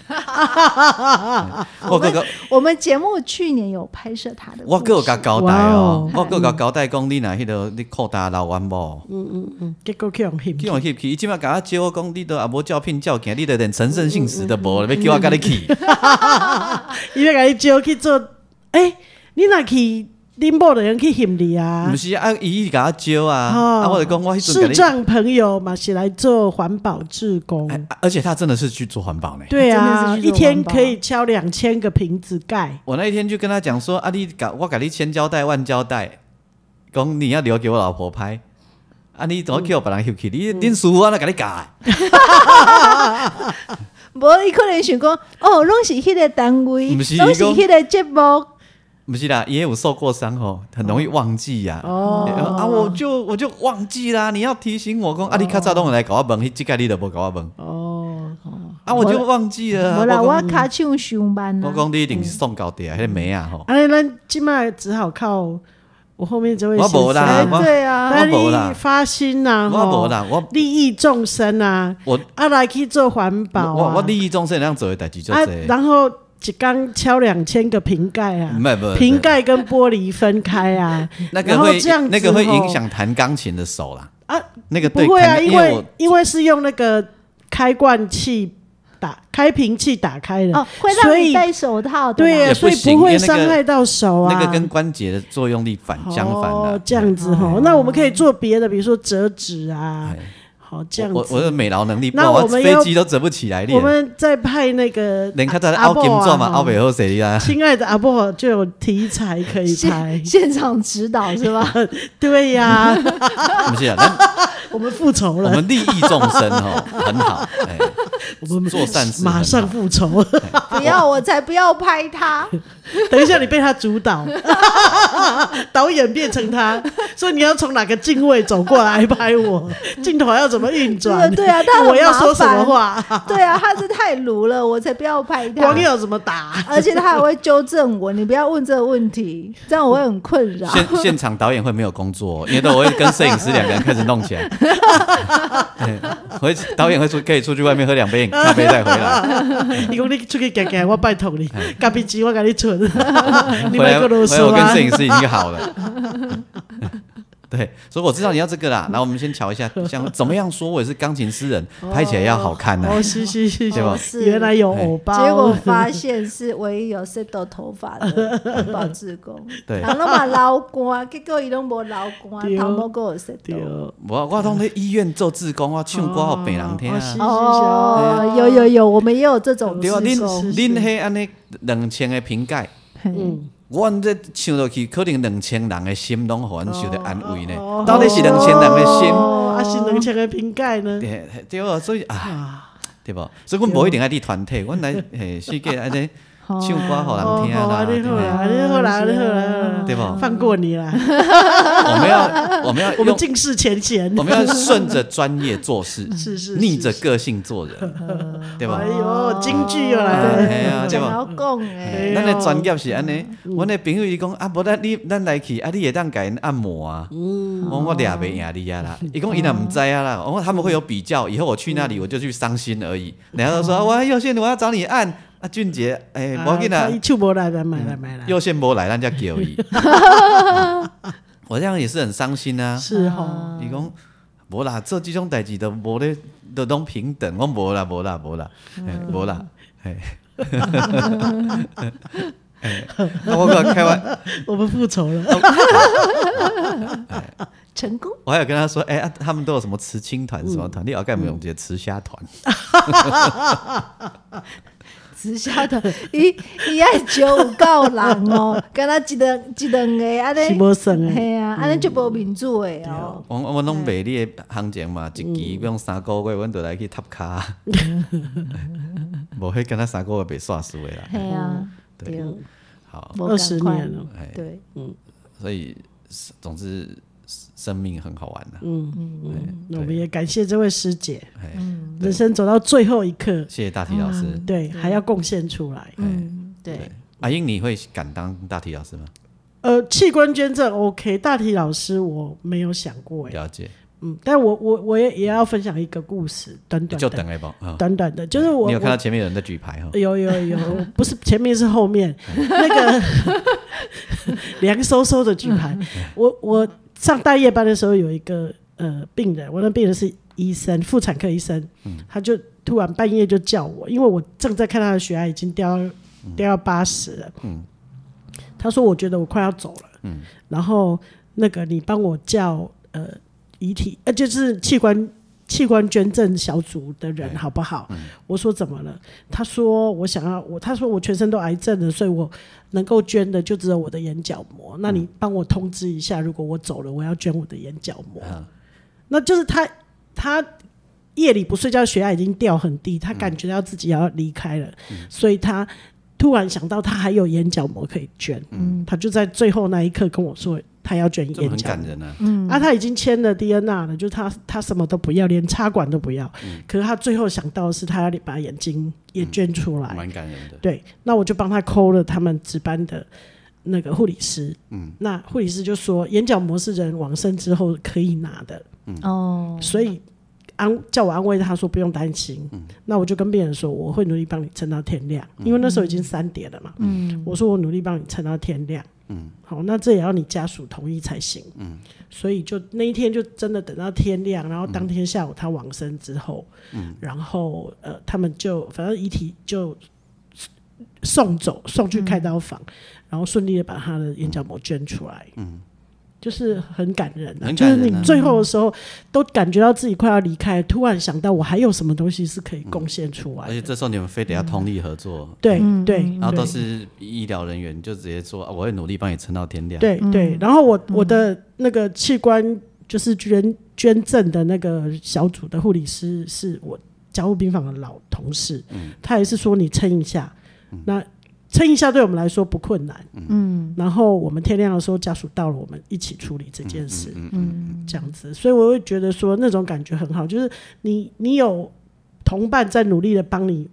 Speaker 3: 我个个，
Speaker 2: 我们节目去年有拍摄他的故事，
Speaker 3: 我个有甲交代哦，
Speaker 2: 哇哦
Speaker 3: 我个有甲交代讲，你若迄个你扩大老完无？
Speaker 1: 结果去用骗
Speaker 3: 去，互翕去，伊即摆甲我招我讲，你都也啊无照片照镜，你都连陈胜姓氏都无，要叫我甲你去。
Speaker 1: 伊要甲你招去做，哎，你若去恁某的人去翕你啊哦
Speaker 3: 毋。是啊，伊一直甲我招啊，啊，我就讲我迄阵
Speaker 1: 视
Speaker 3: 甲
Speaker 1: 障朋友嘛是来做环保志工
Speaker 3: 你，，哎啊而且他真的是去做环保呢。
Speaker 1: 对
Speaker 2: 真
Speaker 1: 啊，
Speaker 2: 的是去
Speaker 1: 一
Speaker 2: 做
Speaker 1: 天
Speaker 2: 环保
Speaker 1: 可以敲两千个瓶子盖，
Speaker 3: 我那一天就跟他讲说，啊，你甲我甲你千交代万交代，讲你要留给我老婆拍。啊！你怎么叫别人翕去？你恁师傅啊，那甲你教的。
Speaker 2: 无伊可能想讲，哦，拢是迄个单位，
Speaker 3: 不是
Speaker 2: 拢是
Speaker 3: 他说
Speaker 2: 迄个节目，
Speaker 3: 不是啦，也有受过伤哦，很容易忘记呀、啊。
Speaker 1: 哦
Speaker 3: 啊，我就我就忘记啦，你要提醒我讲，啊，你较早拢有来搞我问，迄即个你都无搞我问，
Speaker 1: 哦，
Speaker 3: 啊，我就忘记了啊。
Speaker 2: 无啦，我
Speaker 3: 我
Speaker 2: 卡唱上班啊
Speaker 3: 讲我
Speaker 2: 啦，
Speaker 3: 讲你一定是送到底啊，迄个妹啊吼，
Speaker 1: 哎，咱今麦只好靠我后面这位
Speaker 3: 我
Speaker 1: 先
Speaker 3: 没
Speaker 1: 生，
Speaker 3: 啦
Speaker 2: 哎
Speaker 3: 我
Speaker 2: 对啊，
Speaker 1: 但
Speaker 3: 我没啦
Speaker 1: 你发心呐，
Speaker 3: 我无
Speaker 1: 吼，
Speaker 3: 啦，我
Speaker 1: 利益众生啊，
Speaker 3: 我
Speaker 1: 啊来去做环保啊，
Speaker 3: 我我利益众生那样做的代志就
Speaker 1: 啊
Speaker 3: 多，
Speaker 1: 然后一缸敲两千个瓶盖啊
Speaker 3: 唔，系不
Speaker 1: 瓶盖跟玻璃分开啊，
Speaker 3: 那个
Speaker 1: 然后
Speaker 3: 会
Speaker 1: 这样子
Speaker 3: 那个会
Speaker 1: 吼
Speaker 3: 影响弹钢琴的手啦，
Speaker 1: 啊，
Speaker 3: 那个对
Speaker 1: 不会啊，
Speaker 3: 弹
Speaker 1: 因
Speaker 3: 因为我
Speaker 1: 为因为是用那个开罐器打开瓶器打开的，
Speaker 2: 哦，会
Speaker 1: 所
Speaker 2: 让
Speaker 1: 以
Speaker 2: 你戴手套的
Speaker 1: 对
Speaker 2: 啦，
Speaker 3: 也
Speaker 1: 啊，
Speaker 3: 不
Speaker 1: 所以
Speaker 3: 行
Speaker 1: 不
Speaker 3: 因为
Speaker 1: 会
Speaker 3: 那个
Speaker 1: 伤害到手啊。
Speaker 3: 那个跟关节的作用力反相反啊
Speaker 1: 哦
Speaker 3: 的，，
Speaker 1: 这样子哈。那我们可以做别的，比如说折纸啊
Speaker 3: 哎，
Speaker 1: 好这样
Speaker 3: 我我
Speaker 1: 子。
Speaker 3: 的美劳能力不
Speaker 1: 那
Speaker 3: 好，
Speaker 1: 我们
Speaker 3: 飞
Speaker 1: 要
Speaker 3: 机都折不起来咧
Speaker 1: 我。们再派那个
Speaker 3: 连较早
Speaker 1: 阿
Speaker 3: 凹金砖嘛，
Speaker 1: 阿
Speaker 3: 凹
Speaker 1: 伯
Speaker 3: 袂
Speaker 1: 啊
Speaker 3: 好势你
Speaker 1: 哈。
Speaker 3: 啊
Speaker 1: 亲爱的阿伯就有题材可以拍
Speaker 2: 现。现场指导是吧？
Speaker 1: 对呀，
Speaker 3: 不是啊，咱
Speaker 1: 我们复仇
Speaker 3: 我
Speaker 1: 了。
Speaker 3: 们利益众生哦，很好。哎，
Speaker 1: 我们
Speaker 3: 做善事
Speaker 1: 马上复仇。
Speaker 2: 不要， 我才不要拍 他。
Speaker 1: 等一下，你被他主导，导演变成他，所以你要从哪个镜位走过来拍我，镜头要怎么运转？
Speaker 2: 对啊他很
Speaker 1: 我要说什么
Speaker 2: 麻
Speaker 1: 话，
Speaker 2: 对啊，他是太鲁了，我才不要拍他
Speaker 1: 光。要怎么打？
Speaker 2: 而且他还会纠正我，你不要问这个问题，这样我会很困扰。
Speaker 3: 现现场导演会没有工作、因为都我会跟摄影师两个人开始弄起 来。对回导演会出可以出去外面喝两杯咖啡再回来，
Speaker 1: 你讲你出去行行，我拜托 你，咖啡机我给你存， 你
Speaker 3: 回来
Speaker 1: 别
Speaker 3: 回
Speaker 1: 跟啰
Speaker 3: 来
Speaker 1: 嗦
Speaker 3: 我跟
Speaker 1: 啊
Speaker 3: 摄。影师已经好了。 对，所以我知道你要这个啦。然后我们先瞧 一下，像怎么样说我也是钢琴诗人，拍起来要好看啊呢、
Speaker 1: 哦，是是是
Speaker 3: 对吧
Speaker 1: 是，原来有偶包，
Speaker 2: 结果发现是唯一有 set 到头发的环保志 工，
Speaker 3: 对
Speaker 2: 人拢嘛留光，结果伊拢无留光，
Speaker 1: 对哦
Speaker 2: 头毛给我 set
Speaker 1: 对哦
Speaker 2: 到。
Speaker 3: 我我拢在医院做志工，我唱歌好北人听
Speaker 1: 哦是哦
Speaker 3: 啊。
Speaker 2: 哦，有有有，我们也有这种
Speaker 3: 对啊，
Speaker 2: 志
Speaker 3: 恁
Speaker 2: 工。
Speaker 3: 恁迄安尼两千个瓶盖，
Speaker 2: 嗯，
Speaker 3: 我这唱落去，可能两千人的心拢互阮受到安慰
Speaker 1: 哦
Speaker 3: 呢。到底是两千人的心？
Speaker 1: 哦，啊是两千个瓶盖呢，
Speaker 3: 对对啊，所以啊，对无，所以阮无一定爱伫团体，阮来诶，世界安尼唱歌互人听
Speaker 1: 哦
Speaker 3: 啦，
Speaker 1: 安
Speaker 3: 对
Speaker 1: 尼
Speaker 3: 不
Speaker 1: 好
Speaker 3: 对
Speaker 1: 啦，安尼好啦，安尼好
Speaker 2: 啊
Speaker 1: 啦，
Speaker 3: 啊对无？
Speaker 1: 放过你 啦，
Speaker 3: 我们要我们要
Speaker 1: 我们
Speaker 3: 用
Speaker 1: 尽释前嫌
Speaker 3: 我。们要顺着专业做事，
Speaker 1: 是是
Speaker 3: 逆
Speaker 1: 是
Speaker 3: 着个性做人，对吧
Speaker 1: 哎？呦，京剧又来
Speaker 3: 哎
Speaker 1: 了，
Speaker 3: 呀，对
Speaker 2: 讲
Speaker 3: 吧？
Speaker 2: 到讲
Speaker 1: 哎
Speaker 2: 诶，
Speaker 3: 咱的
Speaker 1: 呦嗯
Speaker 3: 专业是安尼，阮的朋友伊讲啊，无咱你咱来去啊，你会当甲因按摩啊，
Speaker 1: 嗯
Speaker 3: 我讲我掠袂赢你
Speaker 1: 哦
Speaker 3: 啊啦，伊讲伊若毋知啊啦，我讲他们会有比较，以后我去那里我就去伤心而已。
Speaker 1: 嗯
Speaker 3: 然后他说啊我要线我要找你按啊，俊杰，哎，无要紧啦嗯
Speaker 1: 啊，他手无来来买来买来，
Speaker 3: 右线无来，咱才 叫伊。我这样也是很伤心啊，
Speaker 1: 是
Speaker 2: 哦
Speaker 1: 吼，
Speaker 3: 伊讲无啦，做即种代志都无咧，都拢平等，我无啦，无啦，无啦，嘿无啦，嘿。啊，我跟他开玩，
Speaker 1: 我们复仇 了，
Speaker 3: 哦
Speaker 2: 成功。
Speaker 3: 我还有跟他说，哎、啊，他们都有什么慈青团什么团，你要干没有？这慈虾团，
Speaker 2: 直销的， 伊伊爱招有够人哦，敢若一两一两个安
Speaker 1: 是
Speaker 2: 尼，
Speaker 1: 无算诶，
Speaker 2: 嘿啊，安尼就无民主的哦。
Speaker 3: 我我拢卖你的行情嘛，一期用三个月，阮就来去塔卡，无迄跟他三个月袂煞输的
Speaker 1: 嗯
Speaker 3: 啦。
Speaker 2: 嘿啊，
Speaker 3: 对
Speaker 2: 对，
Speaker 3: 好，
Speaker 2: 无
Speaker 1: 哦二十
Speaker 2: 同款
Speaker 1: 年了，
Speaker 3: 哎，
Speaker 2: 对，
Speaker 3: 所以总之生命很好玩的、啊
Speaker 1: 嗯那我们也感谢这位师姐，
Speaker 3: 哎，
Speaker 1: 人生走到最后一刻，
Speaker 3: 谢谢大体老师。
Speaker 1: 对，还要贡献出来。
Speaker 2: 嗯，对，
Speaker 3: 阿英，你会敢当大体老师吗？
Speaker 1: 呃，器官捐赠 OK，大体老师我没有想过哎、
Speaker 3: 了解，
Speaker 1: 嗯，但我我我也也要分享一个故事，短短
Speaker 3: 就
Speaker 1: 的，
Speaker 3: 等哎吧。啊，
Speaker 1: 短短的，就是我
Speaker 3: 你有看到
Speaker 1: 我呃
Speaker 3: 前面有人在举牌哈？
Speaker 1: 有有有，不是前面是后面那个 凉飕飕的举牌。我我上大夜班的时候有一个呃病人，我那病人是医生，妇产科医生，他就突然半夜就叫我，因为我正在看他的血压已经掉到掉到八十了，他说我觉得我快要走了，然后那个你帮我叫呃遗体，呃就是器官。器官捐赠小组的人
Speaker 3: 哎
Speaker 1: 好不好？
Speaker 3: 嗯
Speaker 1: 我说怎么了？他说我想要我，他说我全身都癌症了，所以我能够捐的就只有我的眼角膜。那你帮我通知一下，如果我走了，我要捐我的眼角膜。
Speaker 3: 嗯
Speaker 1: 那就是他他夜里不睡觉，血压已经掉很
Speaker 3: 嗯
Speaker 1: 低，他感觉到自己要离开了，所以他突然想到他还有眼角膜可以捐，他就在最后那一刻跟我说他要捐
Speaker 3: 嗯这么
Speaker 1: 眼
Speaker 3: 很
Speaker 1: 角
Speaker 3: 感
Speaker 1: 膜。
Speaker 3: 人啊！
Speaker 1: 啊，他已经签了 DNR 了，就是他他什么都不要，连插管都不要。可是他最后想到的是，他要把眼睛也捐出来。
Speaker 3: 蛮感人的。
Speaker 1: 对，那我就帮他抠了他们值班的那个护理师。嗯，那护理师就说，眼角膜是人往生之后可以拿的，
Speaker 2: 哦，
Speaker 1: 所以安叫我安慰他说不用担心。那我就跟病人说，我会努力帮你撑到天亮，因为那时候已经三点了嘛。嗯，我说我努力帮你撑到天亮。嗯，好，那这也要你家属同意才行。嗯，所以就那一天就真的等到天亮，
Speaker 3: 嗯
Speaker 1: 然后当天下午他往生之后，嗯，然后呃，他们就反正遗体就送走，送去开刀房，然后顺利的把他的眼角膜捐出来。嗯。就是很感人、啊，
Speaker 3: 很
Speaker 1: 就
Speaker 3: 感
Speaker 1: 是
Speaker 3: 人啊
Speaker 1: 你最后的时候都感觉到自己快要离开，突然想到我还有什么东西是可以贡献出来
Speaker 3: 嗯而
Speaker 1: 的
Speaker 3: 且这时候你们非得要通力合作，
Speaker 1: 嗯对对，
Speaker 3: 然后
Speaker 1: 对
Speaker 3: 都是医疗人员，就直接说啊我会努力帮你撑到天亮。
Speaker 1: 对对，然后我我的那个器官就是捐捐赠的那个小组的护理师是我家务病房的老同事，他也是说你撑一下，那撑一下对我们来说不困难，嗯，然后我们天亮的时候家属到了，我们一起处理这件事，嗯，这样子，所以我会觉得说那种感觉很好，就是你你有同伴在努力的帮你。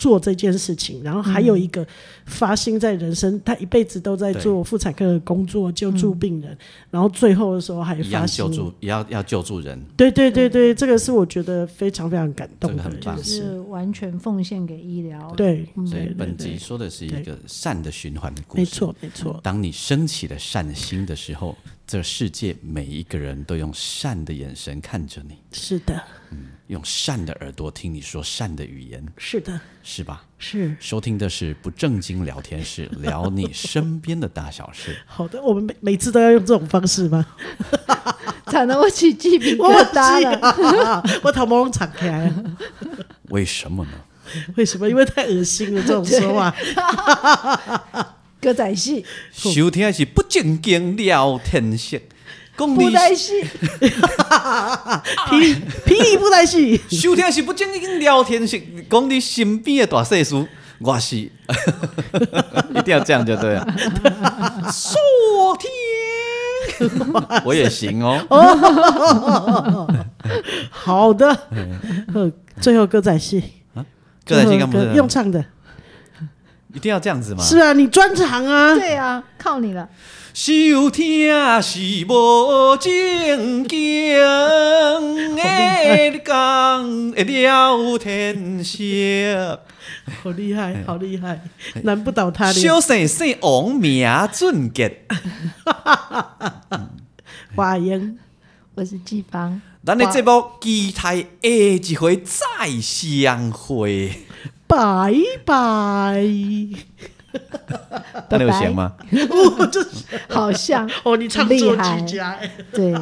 Speaker 1: 做这件事情，然后还有一个发心在人生，他一辈子都在做妇产科的工作，救助病人，然后最后的时候还
Speaker 3: 一
Speaker 1: 发
Speaker 3: 样嗯救
Speaker 1: 心
Speaker 3: 助，也要要救助人，
Speaker 1: 对对对对，这个是我觉得非常非常感动
Speaker 3: 这
Speaker 1: 的，
Speaker 3: 个很
Speaker 1: 就
Speaker 3: 棒
Speaker 1: 是
Speaker 2: 是完全奉献给医疗。
Speaker 1: 对，
Speaker 3: 所以
Speaker 1: 嗯对
Speaker 3: 本
Speaker 1: 对
Speaker 3: 集说的是一个善的循环的故事。
Speaker 1: 没错没错，
Speaker 3: 当你升起了善心的时候，这世界每一个人都用善的眼神看着你，
Speaker 1: 是的，
Speaker 3: 用善的耳朵听你说善的语言，
Speaker 1: 是的，
Speaker 3: 是吧？
Speaker 1: 是
Speaker 3: 收听的是不正经聊天室，聊你身边的大小事。
Speaker 1: 好的。我们每每次都要用这种方式 吗？
Speaker 2: 惨了，我起鸡 皮
Speaker 1: 我
Speaker 2: 疙瘩
Speaker 1: 记
Speaker 2: 了。
Speaker 1: 啊， 我头毛敞开了，
Speaker 3: 为什么呢？
Speaker 1: 啊为什么？因为太恶心了，这种说 话。
Speaker 2: 歌仔戏、
Speaker 3: 收听的是不正经聊天室，讲
Speaker 2: 布
Speaker 3: 你
Speaker 2: 袋戏，
Speaker 1: 皮皮衣布袋戏，
Speaker 3: 收听的是不正经聊天室，讲你身边的大小事。我是， 一定要这样就对了。收听， 我也行哦。
Speaker 1: 好的。呃，最后歌仔戏，
Speaker 3: 嗯歌仔戏
Speaker 1: 最后
Speaker 3: 干嘛
Speaker 1: 歌 用唱的，
Speaker 3: 一定要这样子吗？
Speaker 1: 是啊，你专长啊，
Speaker 2: 对啊，靠你了。
Speaker 3: 收听是无正经的讲的聊天室，
Speaker 1: 好厉
Speaker 3: 哎
Speaker 1: 害，好厉害，难不倒他的。
Speaker 3: 小生姓王名俊杰，
Speaker 1: 花烟，
Speaker 2: 我是季芳，
Speaker 3: 咱的节目期待下一回再相会。
Speaker 1: 拜 拜。
Speaker 3: 那有行吗？
Speaker 1: 我就是
Speaker 2: 好像
Speaker 1: 哦，你唱
Speaker 2: 厉
Speaker 1: 作
Speaker 2: 害
Speaker 1: 曲，家欸
Speaker 2: 对，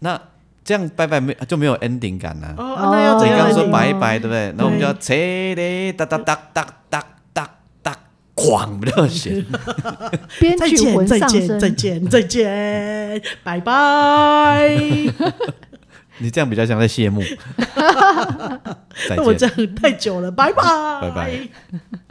Speaker 3: 那这样拜拜没就没有 ending 感了、
Speaker 1: 哦，那要怎
Speaker 2: 哦
Speaker 3: 所以
Speaker 1: 样
Speaker 3: 刚
Speaker 1: 来
Speaker 3: 刚
Speaker 1: 听？
Speaker 3: 说拜拜，对不对？然后我们就要车里哒哒哒哒哒哒哒，哐热血。
Speaker 2: 编
Speaker 1: 再
Speaker 2: 曲
Speaker 1: 见，
Speaker 2: 魂
Speaker 1: 再
Speaker 2: 上
Speaker 1: 见，再
Speaker 2: 身，
Speaker 1: 见，再见，拜拜。
Speaker 3: 你这样比较像在谢幕。再
Speaker 1: 那我这
Speaker 3: 见。
Speaker 1: 样太久了，拜拜，
Speaker 3: 拜拜。